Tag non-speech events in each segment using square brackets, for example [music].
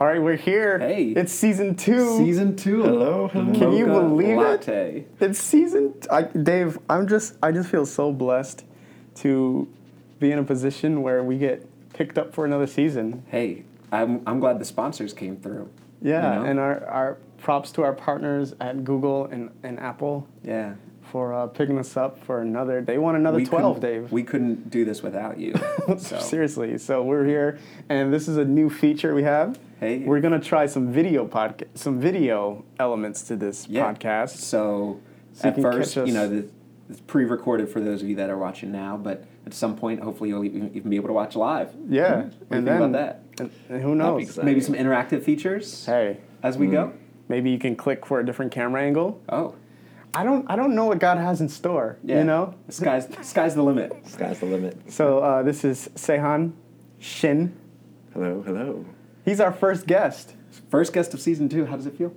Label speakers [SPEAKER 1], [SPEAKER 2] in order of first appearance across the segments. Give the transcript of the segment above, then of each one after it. [SPEAKER 1] All right, we're here.
[SPEAKER 2] Hey.
[SPEAKER 1] It's season two.
[SPEAKER 2] Season two.
[SPEAKER 3] Hello, hello.
[SPEAKER 1] Can you
[SPEAKER 2] Mocha
[SPEAKER 1] believe it?
[SPEAKER 2] latte.
[SPEAKER 1] It's season. I, Dave, I'm just. I just feel so blessed to be in a position where we get picked up for another season.
[SPEAKER 2] Hey, I'm, I'm glad the sponsors came through.
[SPEAKER 1] Yeah,
[SPEAKER 2] You know?
[SPEAKER 1] and uh, our, our props to our partners at Google and, and Apple
[SPEAKER 2] Yeah.
[SPEAKER 1] for uh, picking us up for another. They want another twelve,
[SPEAKER 2] couldn't-
[SPEAKER 1] Dave.
[SPEAKER 2] We couldn't do this
[SPEAKER 1] [laughs]
[SPEAKER 2] without you. So.
[SPEAKER 1] Seriously, so we're here, and this is a new feature we have.
[SPEAKER 2] Hey.
[SPEAKER 1] We're gonna try some video podcast, some video elements to this
[SPEAKER 2] yeah.
[SPEAKER 1] podcast.
[SPEAKER 2] So,
[SPEAKER 1] So you
[SPEAKER 2] at
[SPEAKER 1] can
[SPEAKER 2] first,
[SPEAKER 1] catch
[SPEAKER 2] you know,
[SPEAKER 1] us-
[SPEAKER 2] the, it's pre-recorded for those of you that are watching now, but at some point, hopefully, you'll even, even be able to watch live.
[SPEAKER 1] Yeah,
[SPEAKER 2] Mm-hmm. What do you think about that?
[SPEAKER 1] And, and who
[SPEAKER 3] That'd be
[SPEAKER 1] knows?
[SPEAKER 3] exciting.
[SPEAKER 2] Maybe some interactive features
[SPEAKER 1] Hey,
[SPEAKER 2] as we
[SPEAKER 3] Mm.
[SPEAKER 2] go.
[SPEAKER 1] maybe you can click for a different camera angle.
[SPEAKER 2] Oh,
[SPEAKER 1] I don't, I don't know what God has in store.
[SPEAKER 2] yeah.
[SPEAKER 1] You know.
[SPEAKER 2] the sky's the sky's the limit.
[SPEAKER 3] Sky's the limit.
[SPEAKER 1] So uh, this is Sehan Shin.
[SPEAKER 3] Hello, hello.
[SPEAKER 1] He's our first guest.
[SPEAKER 2] First guest of season two. How does it feel?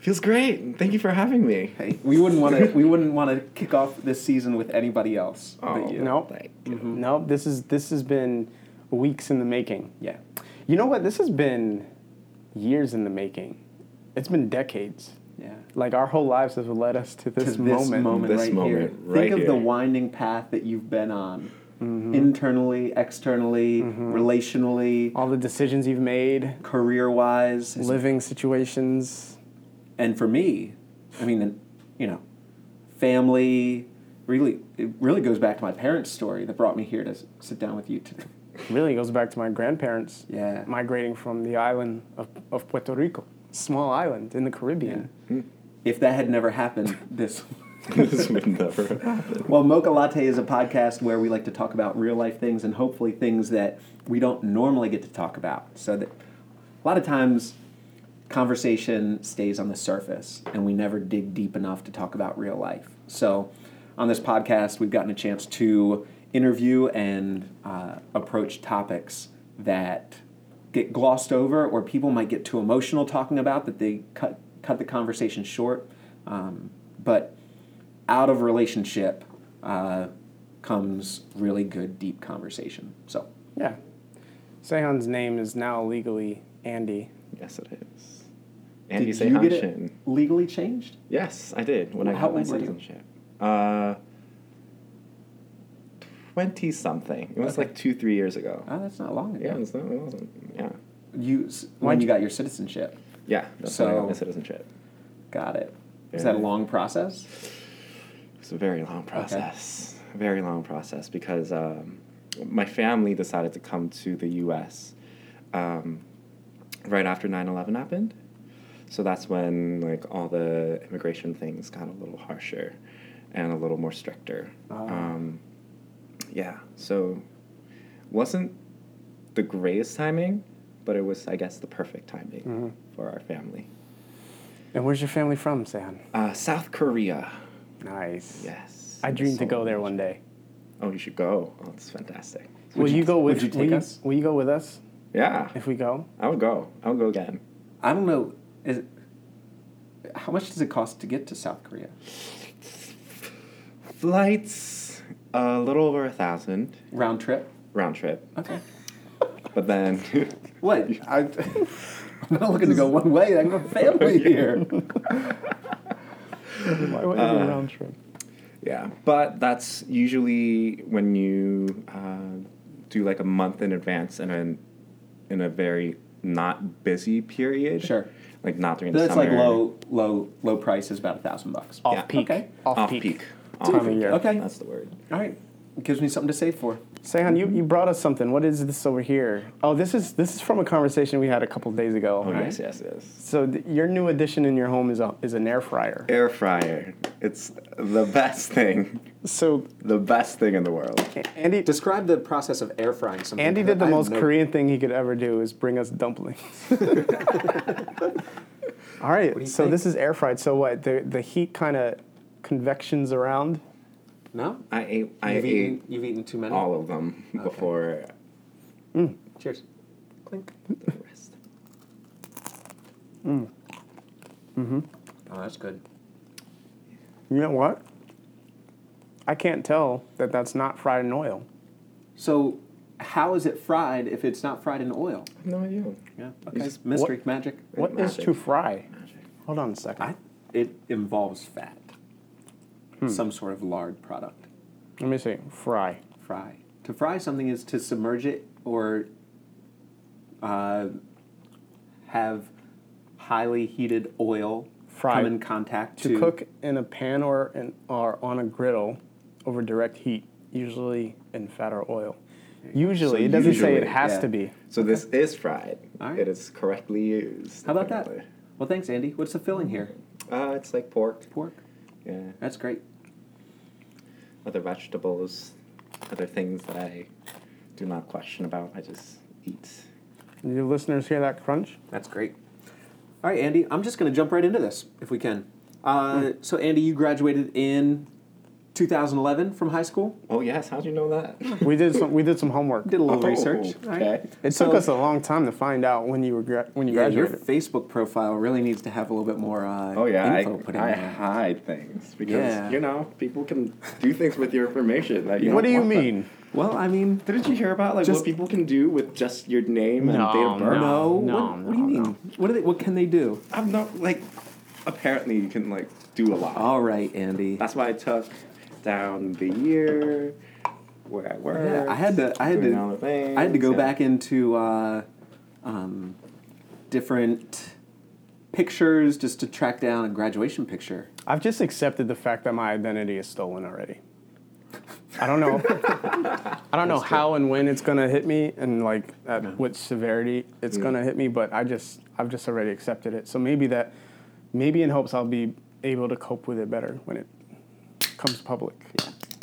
[SPEAKER 3] Feels great. Thank you for having
[SPEAKER 2] [laughs]
[SPEAKER 3] me. [laughs]
[SPEAKER 2] Hey, we wouldn't want to. we wouldn't want to kick off this season with anybody else.
[SPEAKER 3] Oh,
[SPEAKER 2] but you.
[SPEAKER 1] No,
[SPEAKER 3] thank you.
[SPEAKER 1] no. Mm-hmm. This is this has been weeks in the making.
[SPEAKER 2] Yeah.
[SPEAKER 1] You know what? This has been years in the making. It's been decades.
[SPEAKER 2] Yeah.
[SPEAKER 1] Like our whole lives have led us to this,
[SPEAKER 2] to this moment,
[SPEAKER 3] This
[SPEAKER 2] right here.
[SPEAKER 3] moment right
[SPEAKER 2] Think of the
[SPEAKER 3] here. Mm-hmm.
[SPEAKER 2] winding path that you've been on, internally, externally, relationally,
[SPEAKER 1] All the decisions you've made,
[SPEAKER 2] career-wise,
[SPEAKER 1] living situations.
[SPEAKER 2] and for me, I mean, you know, family. Really, it really goes back to my parents' story that brought me here to s- sit down with you today.
[SPEAKER 1] Really goes back to my grandparents.
[SPEAKER 2] Yeah.
[SPEAKER 1] migrating from the island of, of Puerto Rico, small island in the Caribbean.
[SPEAKER 2] If that had never happened, this.
[SPEAKER 3] this would never happen.
[SPEAKER 2] Well, Mocha Latte is a podcast where we like to talk about real life things and hopefully things that we don't normally get to talk about. So that a lot of times conversation stays on the surface and we never dig deep enough to talk about real life. So on this podcast, we've gotten a chance to interview and uh, approach topics that get glossed over or people might get too emotional talking about that they cut, cut the conversation short. Um, but out of relationship uh, comes really good deep conversation. So
[SPEAKER 1] Yeah. Sehan's name is now legally Andy.
[SPEAKER 3] Yes, it is. Andy
[SPEAKER 2] did you get
[SPEAKER 3] Sehanshin.
[SPEAKER 2] it legally changed?
[SPEAKER 3] Yes, I did when I
[SPEAKER 2] How
[SPEAKER 3] got my
[SPEAKER 2] old were you?
[SPEAKER 3] citizenship. Uh, twenty something. It was
[SPEAKER 2] Okay.
[SPEAKER 3] like two, three years ago.
[SPEAKER 2] Oh, that's not long
[SPEAKER 3] yeah,
[SPEAKER 2] ago.
[SPEAKER 3] it's not, it wasn't. Yeah,
[SPEAKER 2] You s- when you got your citizenship,
[SPEAKER 3] yeah. That's when I
[SPEAKER 2] So-
[SPEAKER 3] got my citizenship.
[SPEAKER 2] got it. Is that a
[SPEAKER 3] Yeah.
[SPEAKER 2] long process?
[SPEAKER 3] It's a very long process. Very long process because um, my family decided to come to the U.S. Um, right after 9/11 happened. So that's when like all the immigration things got a little harsher and a little more stricter.
[SPEAKER 1] Ah.
[SPEAKER 3] Um, yeah. So wasn't the greatest timing, but it was I guess the perfect timing
[SPEAKER 1] Mm-hmm.
[SPEAKER 3] for our family.
[SPEAKER 1] And where's your family from, Sehan?
[SPEAKER 3] Uh, South Korea.
[SPEAKER 1] Nice.
[SPEAKER 3] Yes.
[SPEAKER 1] I dream to
[SPEAKER 3] So-
[SPEAKER 1] go there one day.
[SPEAKER 3] Oh, you should go. Oh, it's fantastic.
[SPEAKER 1] will you, go with
[SPEAKER 2] would you
[SPEAKER 1] will
[SPEAKER 2] take us?
[SPEAKER 1] Will you go with us
[SPEAKER 3] Yeah,
[SPEAKER 1] if we go?
[SPEAKER 3] I would go. I would go again.
[SPEAKER 2] I don't know. Is it, how much does it cost to get to South Korea?
[SPEAKER 3] Flights, a little over a thousand
[SPEAKER 2] Round trip.
[SPEAKER 3] round trip,
[SPEAKER 2] Okay.
[SPEAKER 3] but then [laughs]
[SPEAKER 2] What? I, [laughs] I'm not looking to go one way. I have a
[SPEAKER 3] [laughs]
[SPEAKER 2] family here.
[SPEAKER 1] Why would it be a round trip?
[SPEAKER 3] yeah. But that's usually when you uh, do like a month in advance and then in a very not busy period.
[SPEAKER 2] Sure.
[SPEAKER 3] Like not during the
[SPEAKER 2] That's
[SPEAKER 3] summer.
[SPEAKER 2] like low, low, low price is about a thousand bucks.
[SPEAKER 1] Off peak.
[SPEAKER 2] Okay.
[SPEAKER 1] Off,
[SPEAKER 3] off
[SPEAKER 1] peak.
[SPEAKER 3] peak.
[SPEAKER 1] Time of year.
[SPEAKER 2] Okay.
[SPEAKER 3] That's the word.
[SPEAKER 2] All right. It gives me something to save for.
[SPEAKER 1] Sehan, you, you brought us something. What is this over here? Oh, this is this is from a conversation we had a couple days ago.
[SPEAKER 3] Oh, yes, yes, yes.
[SPEAKER 1] So th- your new addition in your home is a is an air fryer.
[SPEAKER 3] Air fryer. It's the best thing.
[SPEAKER 1] So
[SPEAKER 3] The best thing in the world.
[SPEAKER 1] Andy
[SPEAKER 2] Describe the process of air frying something.
[SPEAKER 1] Andy
[SPEAKER 2] 'cause
[SPEAKER 1] did the
[SPEAKER 2] I have
[SPEAKER 1] most
[SPEAKER 2] no-
[SPEAKER 1] Korean thing he could ever do is bring us dumplings. [laughs] All right,
[SPEAKER 2] you
[SPEAKER 1] so
[SPEAKER 2] think?
[SPEAKER 1] this is air fried. So what? The the heat kind of convections around.
[SPEAKER 2] No,
[SPEAKER 3] I ate. I
[SPEAKER 2] you've
[SPEAKER 3] ate
[SPEAKER 2] eaten, you've eaten too many.
[SPEAKER 3] all of them before
[SPEAKER 2] Cheers. Clink.
[SPEAKER 3] the rest.
[SPEAKER 2] Oh, that's good.
[SPEAKER 1] You know what? I can't tell that that's not fried in oil.
[SPEAKER 2] So, how is it fried if it's not fried in oil?
[SPEAKER 3] No idea.
[SPEAKER 2] Yeah.
[SPEAKER 3] Okay.
[SPEAKER 2] Just mystery magic.
[SPEAKER 1] What is
[SPEAKER 3] Magic.
[SPEAKER 1] to fry? Hold on a second.
[SPEAKER 2] I, it involves fat,
[SPEAKER 1] Hmm.
[SPEAKER 2] some sort of lard product.
[SPEAKER 1] Let me see. Fry.
[SPEAKER 2] Fry. To fry something is to submerge it or uh, have highly heated oil
[SPEAKER 1] Fry.
[SPEAKER 2] come in contact
[SPEAKER 1] To cook in a pan or in, or on a griddle over direct heat, usually in fat or oil. Usually,
[SPEAKER 3] So
[SPEAKER 1] it doesn't say it
[SPEAKER 3] usually,
[SPEAKER 1] has
[SPEAKER 2] yeah.
[SPEAKER 1] to be.
[SPEAKER 3] So this is fried.
[SPEAKER 2] All right.
[SPEAKER 3] It is correctly used.
[SPEAKER 2] How about that?
[SPEAKER 3] apparently.
[SPEAKER 2] Well, thanks, Andy. What's the filling here?
[SPEAKER 3] Uh, it's like pork.
[SPEAKER 2] Pork.
[SPEAKER 3] Yeah.
[SPEAKER 2] That's great.
[SPEAKER 3] Other vegetables, other things that I do not question about. I just eat.
[SPEAKER 1] Did your listeners hear that crunch?
[SPEAKER 2] That's great. All right, Andy. I'm just going to jump right into this if we can. Uh, So, Andy, you graduated in 2011 from high school.
[SPEAKER 3] Oh yes, how'd you
[SPEAKER 2] [laughs]
[SPEAKER 3] know that?
[SPEAKER 1] We did some. We did some homework.
[SPEAKER 2] Did a little
[SPEAKER 3] Oh,
[SPEAKER 2] research.
[SPEAKER 3] okay.
[SPEAKER 2] All right.
[SPEAKER 1] It took
[SPEAKER 2] So-
[SPEAKER 1] us a long time to find out when you were gra- when you
[SPEAKER 2] Yeah, your
[SPEAKER 1] graduated.
[SPEAKER 2] Facebook profile really needs to have a little bit more uh,
[SPEAKER 3] [laughs] Oh yeah,
[SPEAKER 2] info put
[SPEAKER 3] I,
[SPEAKER 2] in
[SPEAKER 3] I
[SPEAKER 2] there.
[SPEAKER 3] hide things because
[SPEAKER 2] Yeah.
[SPEAKER 3] you know people can do things with your information that you.
[SPEAKER 1] what do
[SPEAKER 3] don't
[SPEAKER 1] you
[SPEAKER 3] want them-
[SPEAKER 1] mean?
[SPEAKER 2] Well, I mean,
[SPEAKER 3] Didn't you hear about like
[SPEAKER 2] Just-
[SPEAKER 3] what people can do with just your name and
[SPEAKER 1] No,
[SPEAKER 3] date of birth?
[SPEAKER 1] no.
[SPEAKER 2] no. what, what do you
[SPEAKER 1] no,
[SPEAKER 2] mean?
[SPEAKER 1] no.
[SPEAKER 2] What do they? What can they do?
[SPEAKER 3] I'm not like. Apparently, you can like do a lot.
[SPEAKER 2] All right, Andy.
[SPEAKER 3] That's why I took down the year where I worked.
[SPEAKER 2] Yeah, I had to. I had
[SPEAKER 3] doing all the
[SPEAKER 2] to.
[SPEAKER 3] things,
[SPEAKER 2] I had to go
[SPEAKER 3] yeah.
[SPEAKER 2] back into uh, um, different pictures just to track down a graduation picture.
[SPEAKER 1] I've just accepted the fact that my identity is stolen already. I don't
[SPEAKER 2] [laughs]
[SPEAKER 1] know. I don't know how and when it's gonna hit me, and like at what severity it's gonna hit me. But I just, I've just already accepted it. So maybe that, maybe in hopes I'll be able to cope with it better when it comes public.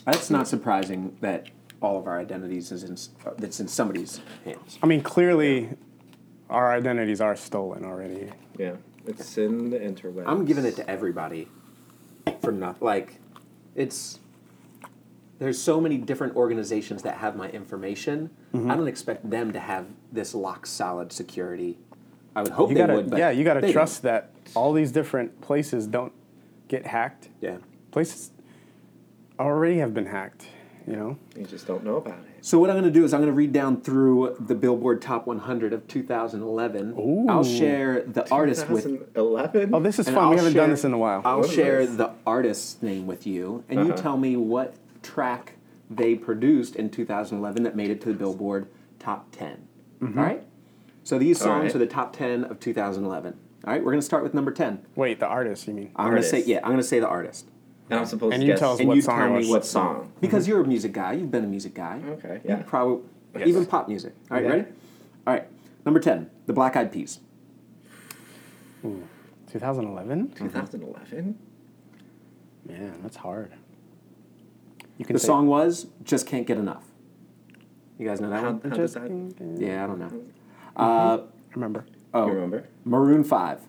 [SPEAKER 2] That's not surprising that all of our identities is in s- uh, that's in somebody's hands.
[SPEAKER 1] I mean, clearly, our identities are stolen already.
[SPEAKER 3] Yeah, it's in the interwebs.
[SPEAKER 2] I'm giving it to everybody for nothing. Like, it's there's so many different organizations that have my information.
[SPEAKER 1] Mm-hmm.
[SPEAKER 2] I don't expect them to have this lock solid security. I would hope
[SPEAKER 1] You
[SPEAKER 2] they
[SPEAKER 1] gotta,
[SPEAKER 2] would. But
[SPEAKER 1] yeah, you gotta
[SPEAKER 2] they
[SPEAKER 1] trust that all these different places don't get hacked.
[SPEAKER 2] don't. Yeah.
[SPEAKER 1] Places already have been hacked. You know.
[SPEAKER 3] You just don't know about it.
[SPEAKER 2] So what I'm going to do is I'm going to read down through the Billboard Top 100 of 2011. I'll share the artist with.
[SPEAKER 3] 2011.
[SPEAKER 1] Oh, this is
[SPEAKER 2] and
[SPEAKER 1] fun. we
[SPEAKER 2] I'll
[SPEAKER 1] haven't done
[SPEAKER 2] share-
[SPEAKER 1] this in a while.
[SPEAKER 2] I'll
[SPEAKER 3] What is
[SPEAKER 2] share
[SPEAKER 3] this?
[SPEAKER 2] the artist's name with you, and you
[SPEAKER 3] Uh-huh.
[SPEAKER 2] tell me what track they produced in 2011 that made it to the Billboard Top 10.
[SPEAKER 1] Mm-hmm.
[SPEAKER 2] All right. So these
[SPEAKER 3] All
[SPEAKER 2] songs
[SPEAKER 3] right.
[SPEAKER 2] are the top 10 of 2011. All right. We're going to start with number 10.
[SPEAKER 1] Wait, the artist, you mean?
[SPEAKER 2] I'm going to say
[SPEAKER 3] Artist.
[SPEAKER 2] yeah. I'm going to say the artist,
[SPEAKER 3] and I'm supposed
[SPEAKER 1] and
[SPEAKER 3] to
[SPEAKER 1] you
[SPEAKER 3] guess
[SPEAKER 1] tell us
[SPEAKER 2] and
[SPEAKER 1] What
[SPEAKER 2] you
[SPEAKER 1] song
[SPEAKER 2] tell
[SPEAKER 1] it
[SPEAKER 2] me
[SPEAKER 1] was.
[SPEAKER 2] what song because
[SPEAKER 1] Mm-hmm.
[SPEAKER 2] you're a music guy. You've been a music guy.
[SPEAKER 3] Okay,
[SPEAKER 2] You
[SPEAKER 3] yeah.
[SPEAKER 2] probably
[SPEAKER 3] Yes.
[SPEAKER 2] even pop music. All right.
[SPEAKER 1] Yeah.
[SPEAKER 2] Ready? All right. Number 10. The Black Eyed Peas.
[SPEAKER 1] 2011?
[SPEAKER 2] Hmm.
[SPEAKER 3] 2011.
[SPEAKER 1] Man, that's hard. You can
[SPEAKER 2] The
[SPEAKER 1] say-
[SPEAKER 2] song was "Just Can't Get Enough." You guys know that
[SPEAKER 3] How, how
[SPEAKER 2] one?
[SPEAKER 3] does
[SPEAKER 1] Just
[SPEAKER 3] that? You
[SPEAKER 1] thinking.
[SPEAKER 2] Yeah, I don't
[SPEAKER 1] Mm-hmm.
[SPEAKER 2] know. Uh,
[SPEAKER 1] Remember.
[SPEAKER 2] oh,
[SPEAKER 3] remember?
[SPEAKER 2] Maroon Five.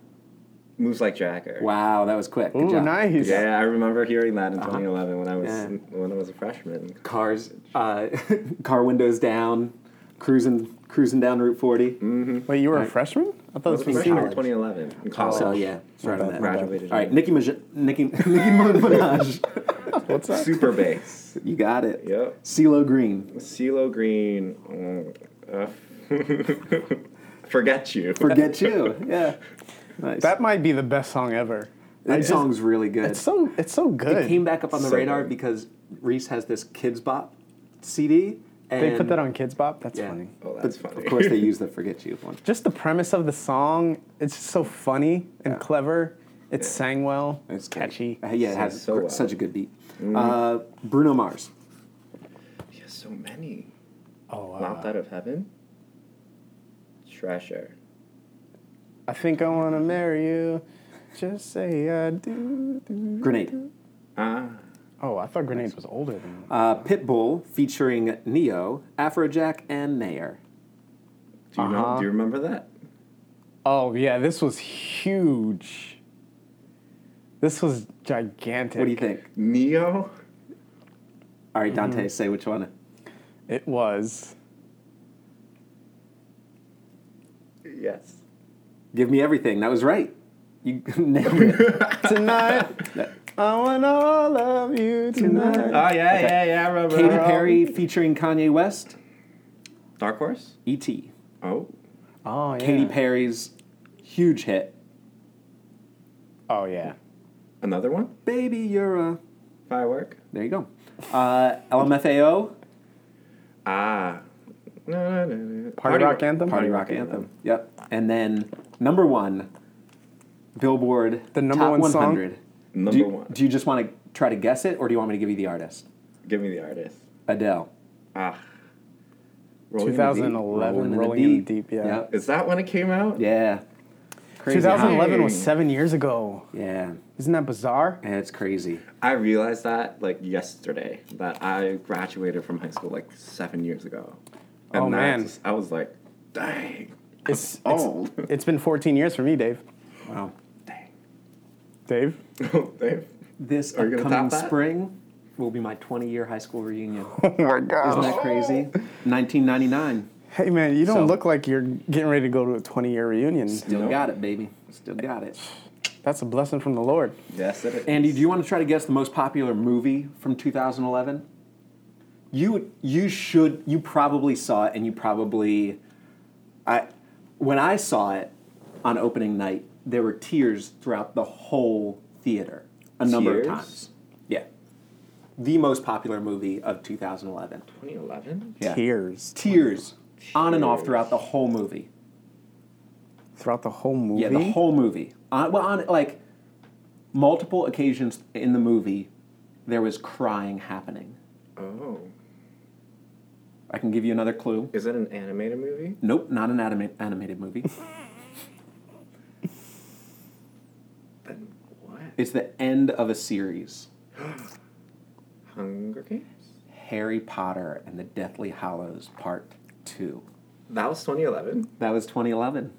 [SPEAKER 3] Moves like Jagger.
[SPEAKER 2] Wow, that was quick. Good
[SPEAKER 1] Ooh,
[SPEAKER 2] job.
[SPEAKER 1] nice.
[SPEAKER 3] Yeah, I remember hearing that in 2011 when I was
[SPEAKER 2] Yeah.
[SPEAKER 3] when I was a freshman.
[SPEAKER 2] Cars, uh, [laughs] car windows down, cruising, cruising down Route 40.
[SPEAKER 1] Mm, Wait, you were a freshman? I thought
[SPEAKER 3] I
[SPEAKER 1] this
[SPEAKER 3] was
[SPEAKER 1] was
[SPEAKER 3] a
[SPEAKER 1] senior.
[SPEAKER 3] freshman in 2011 in college.
[SPEAKER 2] So Oh, yeah, right on that.
[SPEAKER 1] bad.
[SPEAKER 3] graduated.
[SPEAKER 2] All right, Nicki Minaj. Nicki, [laughs]
[SPEAKER 1] [laughs]
[SPEAKER 2] Nicki Minaj.
[SPEAKER 1] What's that?
[SPEAKER 3] Super bass.
[SPEAKER 2] You got it.
[SPEAKER 3] Yep.
[SPEAKER 2] CeeLo Green.
[SPEAKER 3] CeeLo Green. mm, uh, [laughs] forget
[SPEAKER 1] [laughs]
[SPEAKER 3] you.
[SPEAKER 2] Forget you. Yeah. Nice.
[SPEAKER 1] That might be the best song ever.
[SPEAKER 2] That song's really good.
[SPEAKER 1] It's so it's so good.
[SPEAKER 2] it came back up on the
[SPEAKER 3] So
[SPEAKER 2] radar
[SPEAKER 3] good.
[SPEAKER 2] because Reese has this Kids Bop CD. And
[SPEAKER 1] they put that on Kids Bop. That's
[SPEAKER 2] Yeah.
[SPEAKER 1] funny.
[SPEAKER 3] Oh, that's
[SPEAKER 2] but
[SPEAKER 3] funny.
[SPEAKER 2] Of
[SPEAKER 3] [laughs]
[SPEAKER 2] course, they use the "Forget You" one.
[SPEAKER 1] Just the premise of the song, it's just so funny and clever. It sang well. It's
[SPEAKER 2] great.
[SPEAKER 1] catchy.
[SPEAKER 2] Uh, yeah, it has
[SPEAKER 3] So Mm-hmm.
[SPEAKER 2] gr-
[SPEAKER 3] well.
[SPEAKER 2] such a good beat. Uh, Bruno Mars.
[SPEAKER 3] There's so many.
[SPEAKER 1] Oh,
[SPEAKER 3] Lopped
[SPEAKER 1] uh,
[SPEAKER 3] out of heaven. Treasure.
[SPEAKER 1] I think I want to marry you. Just say I do. do.
[SPEAKER 2] Grenade.
[SPEAKER 3] Ah.
[SPEAKER 1] Oh, I thought Grenades was older than that.
[SPEAKER 2] Uh, Pitbull featuring Neo, Afrojack, and Mayer.
[SPEAKER 3] Do you know?
[SPEAKER 1] Uh-huh.
[SPEAKER 3] Do you remember that?
[SPEAKER 1] Oh, yeah, this was huge. This was gigantic.
[SPEAKER 2] What do you think?
[SPEAKER 3] Neo.
[SPEAKER 2] All right,
[SPEAKER 1] Mm-hmm.
[SPEAKER 2] Dante, say which one.
[SPEAKER 1] It was.
[SPEAKER 3] Yes.
[SPEAKER 1] [laughs]
[SPEAKER 2] Give me everything. That was right. You [laughs] nailed
[SPEAKER 3] [laughs]
[SPEAKER 2] it.
[SPEAKER 1] Tonight, I want all of you tonight.
[SPEAKER 3] Oh yeah,
[SPEAKER 2] Okay.
[SPEAKER 3] yeah, yeah. I remember.
[SPEAKER 2] Katy
[SPEAKER 3] that.
[SPEAKER 2] Perry featuring Kanye West,
[SPEAKER 3] Dark Horse.
[SPEAKER 2] E.T.
[SPEAKER 3] Oh.
[SPEAKER 1] Oh, yeah.
[SPEAKER 2] Katy Perry's huge hit,
[SPEAKER 1] Oh, yeah.
[SPEAKER 3] Another one.
[SPEAKER 2] Baby You're a.
[SPEAKER 3] Firework.
[SPEAKER 2] There you go. Uh, LMFAO,
[SPEAKER 3] Ah. No, no, no, no.
[SPEAKER 1] Party Rock Anthem?
[SPEAKER 2] Party Rock Anthem. Yep. And then number one, Billboard
[SPEAKER 1] The number
[SPEAKER 2] Top
[SPEAKER 1] one song?
[SPEAKER 2] 100.
[SPEAKER 3] Number
[SPEAKER 2] Do you,
[SPEAKER 3] one.
[SPEAKER 2] Do you just want to try to guess it, or do you want me to give you the artist?
[SPEAKER 3] Give me the artist.
[SPEAKER 2] Adele.
[SPEAKER 3] Ah. Rolling in the Deep?
[SPEAKER 1] 2011,
[SPEAKER 2] in the
[SPEAKER 1] Rolling in the Deep, yeah.
[SPEAKER 2] Yep.
[SPEAKER 3] Is that when it came out?
[SPEAKER 2] Yeah. Crazy.
[SPEAKER 1] 2011
[SPEAKER 3] Dang.
[SPEAKER 1] was seven years ago.
[SPEAKER 2] huh? Yeah.
[SPEAKER 1] Isn't that bizarre?
[SPEAKER 2] Yeah, it's crazy.
[SPEAKER 3] I realized that like yesterday that I graduated from high school like seven years ago.
[SPEAKER 1] Oh,
[SPEAKER 3] that
[SPEAKER 1] man.
[SPEAKER 3] just- I was like, dang.
[SPEAKER 1] It's, [laughs] it's
[SPEAKER 2] Oh.
[SPEAKER 3] old.
[SPEAKER 1] It's been 14 years for me, Dave.
[SPEAKER 2] Wow.
[SPEAKER 3] Dang.
[SPEAKER 1] [laughs] Dave?
[SPEAKER 3] Oh, [laughs] dang. [laughs]
[SPEAKER 2] This
[SPEAKER 3] Are you gonna
[SPEAKER 2] upcoming
[SPEAKER 3] top that?
[SPEAKER 2] spring will be my 20 year high school reunion.
[SPEAKER 1] Oh my
[SPEAKER 2] Isn't
[SPEAKER 1] God.
[SPEAKER 3] [laughs]
[SPEAKER 2] that crazy? 1999.
[SPEAKER 1] Hey man, you don't
[SPEAKER 2] So-
[SPEAKER 1] look like you're getting ready to go to a 20 year reunion.
[SPEAKER 2] Still
[SPEAKER 3] Nope.
[SPEAKER 2] got it, baby. Still got it.
[SPEAKER 1] That's a blessing from the Lord.
[SPEAKER 3] Yes, it is.
[SPEAKER 2] Andy, do you want to try to guess the most popular movie from 2011? You you should you probably saw it and you probably I when I saw it on opening night, there were tears throughout the whole theater a number of
[SPEAKER 3] Tears?
[SPEAKER 2] times. Yeah. The most popular movie of 2011.
[SPEAKER 3] 2011?
[SPEAKER 2] Yeah.
[SPEAKER 1] Tears
[SPEAKER 2] Tears on and off
[SPEAKER 3] Tears.
[SPEAKER 2] throughout the whole movie.
[SPEAKER 1] throughout the whole movie.
[SPEAKER 2] Yeah, the whole movie. On, well, on like multiple occasions in the movie, there was crying happening.
[SPEAKER 3] Oh.
[SPEAKER 2] I can give you another clue.
[SPEAKER 3] Is it an animated movie?
[SPEAKER 2] Nope, not an anima- animated
[SPEAKER 1] [laughs]
[SPEAKER 2] movie.
[SPEAKER 3] Then what?
[SPEAKER 2] it's the end of a series.
[SPEAKER 3] Hunger Games?
[SPEAKER 2] Harry Potter and the Deathly Hallows Part 2.
[SPEAKER 3] That was 2011.
[SPEAKER 2] That was 2011.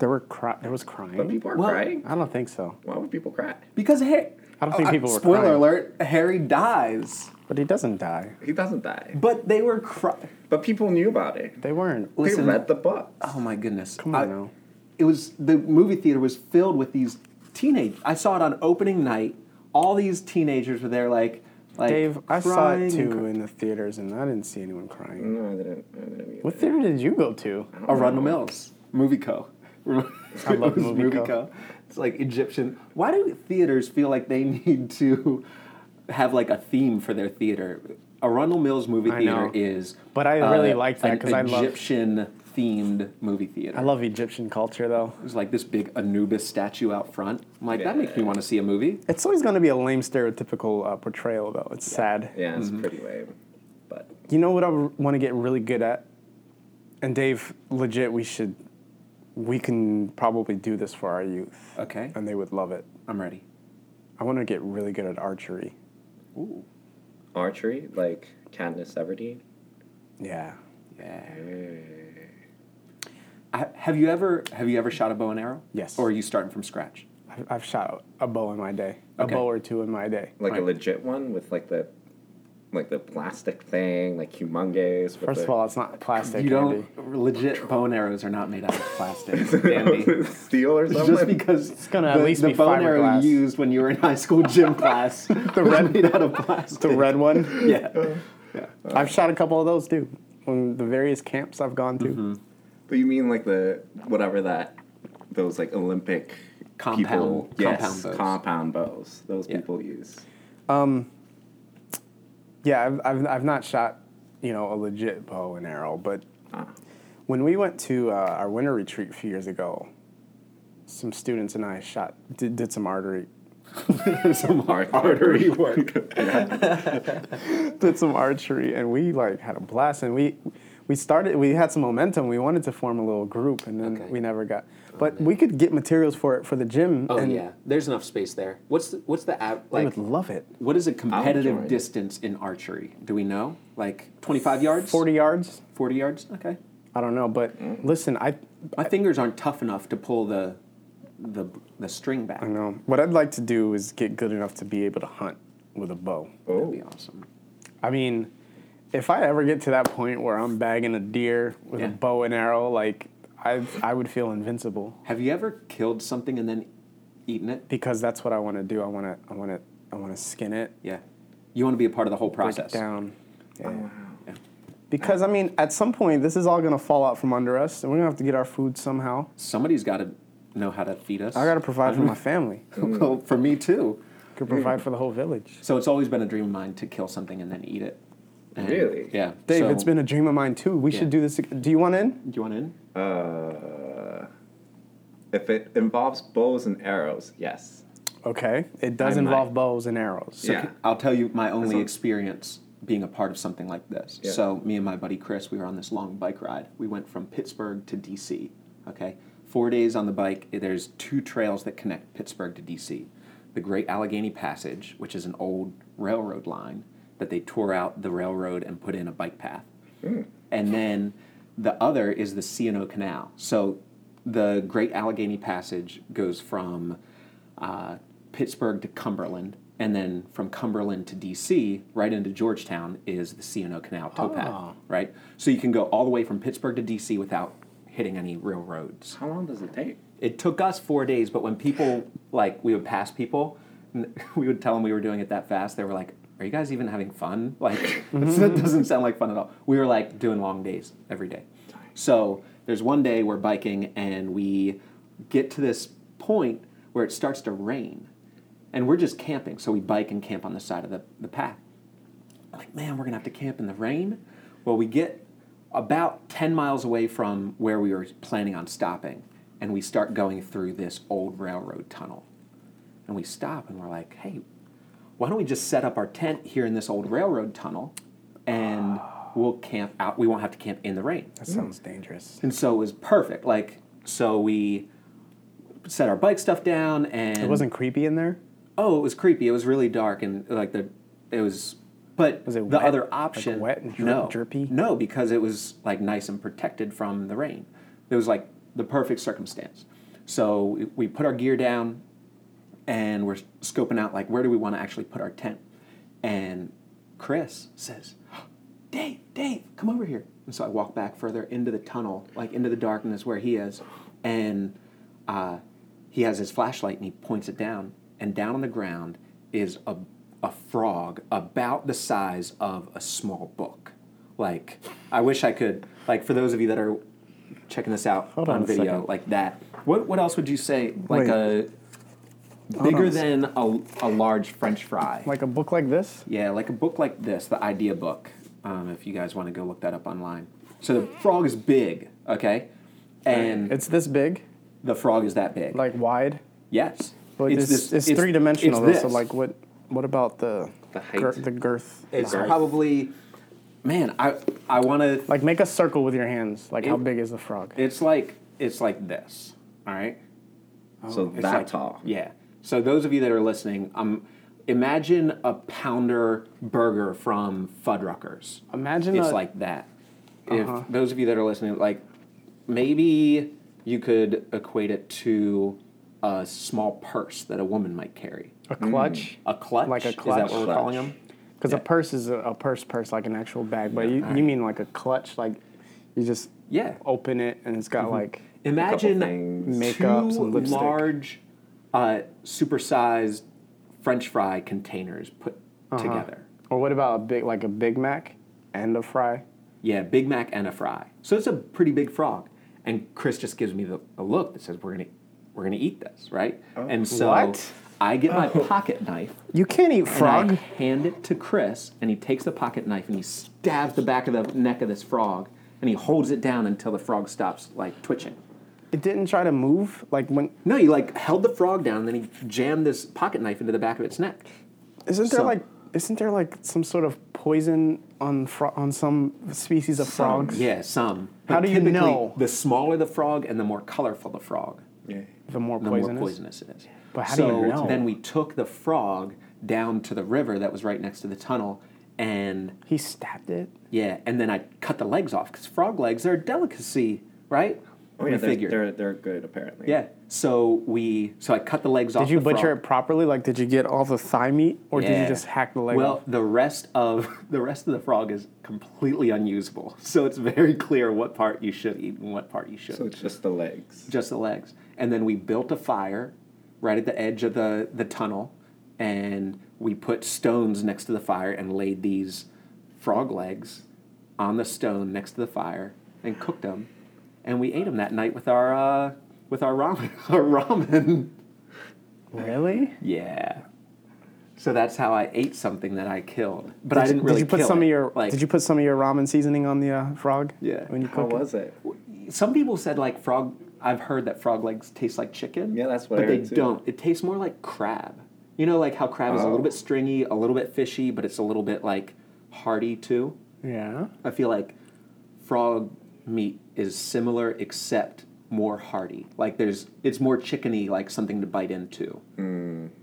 [SPEAKER 1] there were cry- there was
[SPEAKER 3] But
[SPEAKER 1] crying.
[SPEAKER 3] people are
[SPEAKER 2] Hmm? Well-
[SPEAKER 3] crying.
[SPEAKER 1] I don't think so.
[SPEAKER 3] Why would people cry?
[SPEAKER 2] Because Harry
[SPEAKER 1] I don't think people were
[SPEAKER 2] Spoiler
[SPEAKER 1] crying.
[SPEAKER 2] alert, Harry dies.
[SPEAKER 1] But he doesn't die.
[SPEAKER 3] He doesn't die.
[SPEAKER 2] But they were crying.
[SPEAKER 3] But people knew about it.
[SPEAKER 1] They weren't.
[SPEAKER 2] Listen-
[SPEAKER 3] they read the book.
[SPEAKER 2] Oh my goodness.
[SPEAKER 1] Come on
[SPEAKER 2] I-
[SPEAKER 1] now.
[SPEAKER 2] It was the movie theater was filled with these teenage. I saw it on opening night. All these teenagers were there, like, like
[SPEAKER 1] Dave, I saw
[SPEAKER 2] crying
[SPEAKER 1] it
[SPEAKER 2] and
[SPEAKER 1] too
[SPEAKER 2] cr-
[SPEAKER 1] in the theaters and I didn't see anyone crying.
[SPEAKER 3] No, I didn't. I didn't either.
[SPEAKER 1] What theater did you go to?
[SPEAKER 3] Mm. I don't
[SPEAKER 2] Arundel
[SPEAKER 3] know.
[SPEAKER 2] Oh, Mills, Movie Co. [laughs] I
[SPEAKER 1] love Movie Co.
[SPEAKER 2] It's like Egyptian. Why do theaters feel like they [laughs] need to have like a theme for their theater? Arundel Mills Movie
[SPEAKER 1] I
[SPEAKER 2] Theater
[SPEAKER 1] know.
[SPEAKER 2] is,
[SPEAKER 1] But I really
[SPEAKER 2] uh,
[SPEAKER 1] liked that
[SPEAKER 2] an
[SPEAKER 1] 'cause I love-
[SPEAKER 2] Egyptian themed movie theater.
[SPEAKER 1] I love Egyptian culture though.
[SPEAKER 2] There's like this big Anubis statue out front. I'm like, that makes me want to see a movie.
[SPEAKER 1] It's always going to be a lame stereotypical uh, portrayal though. It's sad.
[SPEAKER 3] Yeah,
[SPEAKER 2] Mm-hmm.
[SPEAKER 3] it's pretty lame. But
[SPEAKER 1] You know what I want to get really good at? And Dave, legit, we should, we can probably do this for our youth,
[SPEAKER 2] Okay,
[SPEAKER 1] and they would love it.
[SPEAKER 2] I'm ready.
[SPEAKER 1] I want to get really good at archery.
[SPEAKER 2] Ooh,
[SPEAKER 3] archery, like Katniss Everdeen.
[SPEAKER 1] Yeah.
[SPEAKER 2] yeah.
[SPEAKER 3] Eh,
[SPEAKER 2] Ha- Have you ever have you ever shot a bow and arrow?
[SPEAKER 1] Yes.
[SPEAKER 2] Or are you starting from scratch?
[SPEAKER 1] I've, I've shot a bow in my day, a
[SPEAKER 2] Okay.
[SPEAKER 1] bow or two in my day.
[SPEAKER 3] Like
[SPEAKER 2] Right.
[SPEAKER 3] a legit one with like the like the plastic thing, like humongous. with
[SPEAKER 1] First of
[SPEAKER 3] the- [laughs]
[SPEAKER 1] all, it's not plastic.
[SPEAKER 2] you
[SPEAKER 1] Andy.
[SPEAKER 2] don't legit bow and arrows are not made out of
[SPEAKER 1] [laughs]
[SPEAKER 2] plastic, Andy.
[SPEAKER 3] steel or something.
[SPEAKER 2] Just because it's
[SPEAKER 1] gonna
[SPEAKER 2] the,
[SPEAKER 1] at least
[SPEAKER 2] the
[SPEAKER 1] be
[SPEAKER 2] bow and arrow
[SPEAKER 1] fiberglass.
[SPEAKER 2] you used when you were in high school
[SPEAKER 1] [laughs]
[SPEAKER 2] gym class the red made out of plastic.
[SPEAKER 1] The red one.
[SPEAKER 2] [laughs]
[SPEAKER 1] Oh.
[SPEAKER 2] yeah. yeah.
[SPEAKER 1] I've shot a couple of those too, on the various camps I've gone to.
[SPEAKER 2] Mm-hmm.
[SPEAKER 3] But you mean like the whatever that those like Olympic
[SPEAKER 2] Compound-
[SPEAKER 3] people, yes,
[SPEAKER 2] compound bows.
[SPEAKER 3] compound bows. Those
[SPEAKER 2] Yeah.
[SPEAKER 3] people use.
[SPEAKER 1] Yeah, I've, I've, I've not shot, you know, a legit bow and arrow, but
[SPEAKER 2] [laughs]
[SPEAKER 3] Ah.
[SPEAKER 1] when we went to uh, our winter retreat a few years ago, some students and I shot did, did some archery
[SPEAKER 2] There's some ar- artery [laughs] work.
[SPEAKER 3] [laughs]
[SPEAKER 1] did some archery and we like had a blast and we we started we had some momentum we wanted to form a little group and then
[SPEAKER 4] Okay.
[SPEAKER 1] we never got but we could get materials for it for the gym
[SPEAKER 4] Oh
[SPEAKER 1] and
[SPEAKER 4] yeah, there's enough space there. What's the, what's the av-
[SPEAKER 1] they
[SPEAKER 4] like?
[SPEAKER 1] would love it
[SPEAKER 2] What is a
[SPEAKER 3] enjoy
[SPEAKER 2] competitive
[SPEAKER 3] it.
[SPEAKER 2] distance in archery? Do we know? Like 25 yards?
[SPEAKER 1] 40 yards
[SPEAKER 2] 40 yards? Okay.
[SPEAKER 1] i don't know but
[SPEAKER 4] Mm.
[SPEAKER 1] listen i
[SPEAKER 2] My fingers aren't tough enough to pull the the, the string back.
[SPEAKER 1] you know what i'd like to do is get good enough to be able to hunt with a bow
[SPEAKER 2] That'd
[SPEAKER 3] Oh,
[SPEAKER 2] be awesome.
[SPEAKER 1] i mean if i ever get to that point where i'm bagging a deer with
[SPEAKER 2] Yeah.
[SPEAKER 1] a bow and arrow like i i would feel invincible
[SPEAKER 2] Have you ever killed something and then eaten it?
[SPEAKER 1] because that's what i want to do i want to i want to i want to skin it
[SPEAKER 2] Yeah. You want to be a part of the whole
[SPEAKER 1] break
[SPEAKER 2] process. Oh.
[SPEAKER 1] it down Yeah.
[SPEAKER 2] Yeah.
[SPEAKER 1] Because I mean, at some point, this is all gonna fall out from under us, and we're gonna have to get our food somehow.
[SPEAKER 2] Somebody's got to know how to feed us.
[SPEAKER 1] I gotta provide for my
[SPEAKER 2] [laughs]
[SPEAKER 1] family.
[SPEAKER 2] well, for me too.
[SPEAKER 1] Could provide for the whole village.
[SPEAKER 2] So it's always been a dream of mine to kill something and then eat it. And-
[SPEAKER 3] Really?
[SPEAKER 2] Yeah.
[SPEAKER 1] Dave,
[SPEAKER 2] so-
[SPEAKER 1] it's been a dream of mine too. We
[SPEAKER 2] Yeah.
[SPEAKER 1] should do this. ag- Do you want in?
[SPEAKER 2] Do you want in?
[SPEAKER 3] uh, if it involves bows and arrows, yes.
[SPEAKER 1] Okay. It does
[SPEAKER 3] I might.
[SPEAKER 1] involve bows and arrows. So
[SPEAKER 3] yeah.
[SPEAKER 2] I'll tell you my only
[SPEAKER 3] all.
[SPEAKER 2] experience being a part of something like this.
[SPEAKER 3] Yeah.
[SPEAKER 2] So me and my buddy Chris, we were on this long bike ride. We went from Pittsburgh to DC. Okay, four days on the bike. eh, There's two trails that connect Pittsburgh to DC: the Great Allegheny Passage, which is an old railroad line that they tore out the railroad and put in a bike path, and then the other is the C&O Canal. So the Great Allegheny Passage goes from uh, Pittsburgh to Cumberland, and then from Cumberland to DC, right into Georgetown, is the C&O Canal towpath, right? So you can go all the way from Pittsburgh to DC without hitting any railroads.
[SPEAKER 3] How long does it take?
[SPEAKER 2] It took us four days, but when people, like, we would pass people, [laughs] and we would tell them we were doing it that fast. They were like, are you guys even having fun? [laughs] Like, that's- that doesn't sound like fun at all. We were like doing long days every day. So there's one day we're biking and we get to this point where it starts to rain. And we're just camping. So we bike and camp on the side of the, the path. I'm like, man, we're gonna have to camp in the rain. Well, we get about 10 miles away from where we were planning on stopping, and we start going through this old railroad tunnel. And we stop and we're like, hey, why don't we just set up our tent here in this old railroad tunnel and we'll camp out? We won't have to camp in the rain.
[SPEAKER 1] that sounds dangerous.
[SPEAKER 2] And so it was perfect. Like, so we set our bike stuff down and
[SPEAKER 1] It wasn't creepy in there.
[SPEAKER 2] Oh, it was creepy. It was really dark and like the it was but
[SPEAKER 1] Was it
[SPEAKER 2] the
[SPEAKER 1] wet?
[SPEAKER 2] other
[SPEAKER 1] Like
[SPEAKER 2] option
[SPEAKER 1] wet and drip-
[SPEAKER 2] no,
[SPEAKER 1] drippy?
[SPEAKER 2] No, because it was like nice and protected from the rain. It was like the perfect circumstance. So we- we put our gear down and we're scoping out like where do we want to actually put our tent? And Chris says, Dave, Dave, come over here. And so I walk back further into the tunnel, like into the darkness where he is, and uh, he has his flashlight and he points it down, and down on the ground is a, a frog about the size of a small book. Like, I wish I could, like, for those of you that are checking this out
[SPEAKER 1] Hold
[SPEAKER 2] on,
[SPEAKER 1] on a
[SPEAKER 2] video,
[SPEAKER 1] second.
[SPEAKER 2] like that. What, what else would you say? Like
[SPEAKER 1] Wait.
[SPEAKER 2] a bigger than a, a large French fry.
[SPEAKER 1] Like a book like this.
[SPEAKER 2] Yeah, like a book like this, the idea book, um, if you guys want to go look that up online. So the frog is big, okay? And
[SPEAKER 1] It's this big,
[SPEAKER 2] the frog is that big.
[SPEAKER 1] like wide,
[SPEAKER 2] yes.
[SPEAKER 1] but it's
[SPEAKER 2] this-
[SPEAKER 1] it's, three dimensional.
[SPEAKER 2] it's
[SPEAKER 1] though. So
[SPEAKER 2] this.
[SPEAKER 1] like what what about the
[SPEAKER 3] The height.
[SPEAKER 1] the girth?
[SPEAKER 2] it's
[SPEAKER 3] Nice.
[SPEAKER 2] probably, man, I, I want to,
[SPEAKER 1] Like make a circle with your hands. Like how
[SPEAKER 2] It-
[SPEAKER 1] big is the frog?
[SPEAKER 2] it's like, it's like this, all right?
[SPEAKER 3] so that
[SPEAKER 2] It's like-
[SPEAKER 3] tall.
[SPEAKER 2] Yeah. So those of you that are listening, um, imagine a pounder burger from Fuddruckers.
[SPEAKER 1] Imagine
[SPEAKER 2] it's
[SPEAKER 1] a-
[SPEAKER 2] like that.
[SPEAKER 1] Uh-huh.
[SPEAKER 2] If those of you that are listening, like maybe you could equate it to a small purse that a woman might carry.
[SPEAKER 1] a clutch.
[SPEAKER 2] A clutch.
[SPEAKER 1] Like a
[SPEAKER 2] Is
[SPEAKER 1] clutch?
[SPEAKER 2] that what we're calling them?
[SPEAKER 1] Because a purse is a, a purse purse, like an actual bag. But you, you mean like a clutch, like you just
[SPEAKER 2] Yeah.
[SPEAKER 1] open it and it's
[SPEAKER 2] Mm-hmm.
[SPEAKER 1] got like
[SPEAKER 2] Imagine
[SPEAKER 3] things.
[SPEAKER 1] Makeup,
[SPEAKER 2] two
[SPEAKER 1] some lipstick.
[SPEAKER 2] large, uh, supersized French fry containers put
[SPEAKER 1] Uh-huh.
[SPEAKER 2] together.
[SPEAKER 1] or what about a big like a Big Mac and a fry?
[SPEAKER 2] Yeah, Big Mac and a fry. So it's a pretty big frog. And Chris just gives me the, a look that says, "We're gonna, we're gonna eat this, right?" and so
[SPEAKER 1] What?
[SPEAKER 2] I get my pocket knife
[SPEAKER 1] You can't eat frog.
[SPEAKER 2] and I hand it to Chris, and he takes the pocket knife and he stabs the back of the neck of this frog, and he holds it down until the frog stops like twitching.
[SPEAKER 1] it didn't try to move. Like when
[SPEAKER 2] No, you like held the frog down, and then he jammed this pocket knife into the back of its neck.
[SPEAKER 1] isn't there
[SPEAKER 2] So-
[SPEAKER 1] like isn't there like some sort of poison on fro- on some species of
[SPEAKER 3] Some,
[SPEAKER 1] frogs?
[SPEAKER 2] Yeah, some.
[SPEAKER 1] How do you
[SPEAKER 2] typically,
[SPEAKER 1] know?
[SPEAKER 2] The smaller the frog and the more colorful the frog,
[SPEAKER 3] Yeah.
[SPEAKER 1] The more
[SPEAKER 2] the
[SPEAKER 1] poisonous.
[SPEAKER 2] more poisonous it is.
[SPEAKER 1] But how do
[SPEAKER 2] so
[SPEAKER 1] you know?
[SPEAKER 2] then we took the frog down to the river that was right next to the tunnel, and
[SPEAKER 1] He stabbed it.
[SPEAKER 2] yeah, and then I cut the legs off because frog legs are a delicacy, right?
[SPEAKER 3] Oh
[SPEAKER 2] we
[SPEAKER 3] yeah, they're,
[SPEAKER 2] figured.
[SPEAKER 3] they're they're good apparently.
[SPEAKER 2] yeah. So we so I cut the legs off.
[SPEAKER 1] Did you
[SPEAKER 2] the
[SPEAKER 1] butcher
[SPEAKER 2] frog.
[SPEAKER 1] it properly? Like, did you get all the thigh meat, or did
[SPEAKER 2] Yeah.
[SPEAKER 1] you just hack the leg
[SPEAKER 2] well,
[SPEAKER 1] off?
[SPEAKER 2] the rest of [laughs] the rest of the frog is completely unusable, so it's very clear what part you should eat and what part you shouldn't.
[SPEAKER 3] So it's just the legs.
[SPEAKER 2] just the legs. And then we built a fire right at the edge of the, the tunnel, and we put stones next to the fire and laid these frog legs on the stone next to the fire and cooked them, and we ate them that night with our uh, with our ramen. [laughs] Our ramen.
[SPEAKER 1] Really?
[SPEAKER 2] yeah. So that's how I ate something that I killed, but I
[SPEAKER 1] Did you-
[SPEAKER 2] didn't really.
[SPEAKER 1] Did you put
[SPEAKER 2] kill
[SPEAKER 1] some
[SPEAKER 2] it.
[SPEAKER 1] of your
[SPEAKER 2] Like,
[SPEAKER 1] Did you put some of your ramen seasoning on the uh, frog?
[SPEAKER 2] Yeah.
[SPEAKER 1] When you
[SPEAKER 3] How
[SPEAKER 1] cook it?
[SPEAKER 3] was it?
[SPEAKER 2] Some people said like frog. I've heard that frog legs taste like chicken.
[SPEAKER 3] Yeah, that's what
[SPEAKER 2] But
[SPEAKER 3] I
[SPEAKER 2] they
[SPEAKER 3] heard, too.
[SPEAKER 2] don't. It tastes more like crab. You know, like how crab is a
[SPEAKER 3] Oh.
[SPEAKER 2] little bit stringy, a little bit fishy, but it's a little bit like hearty too.
[SPEAKER 1] Yeah.
[SPEAKER 2] I feel like frog meat is similar except more hearty. Like there's, it's more chickeny, like something to bite into,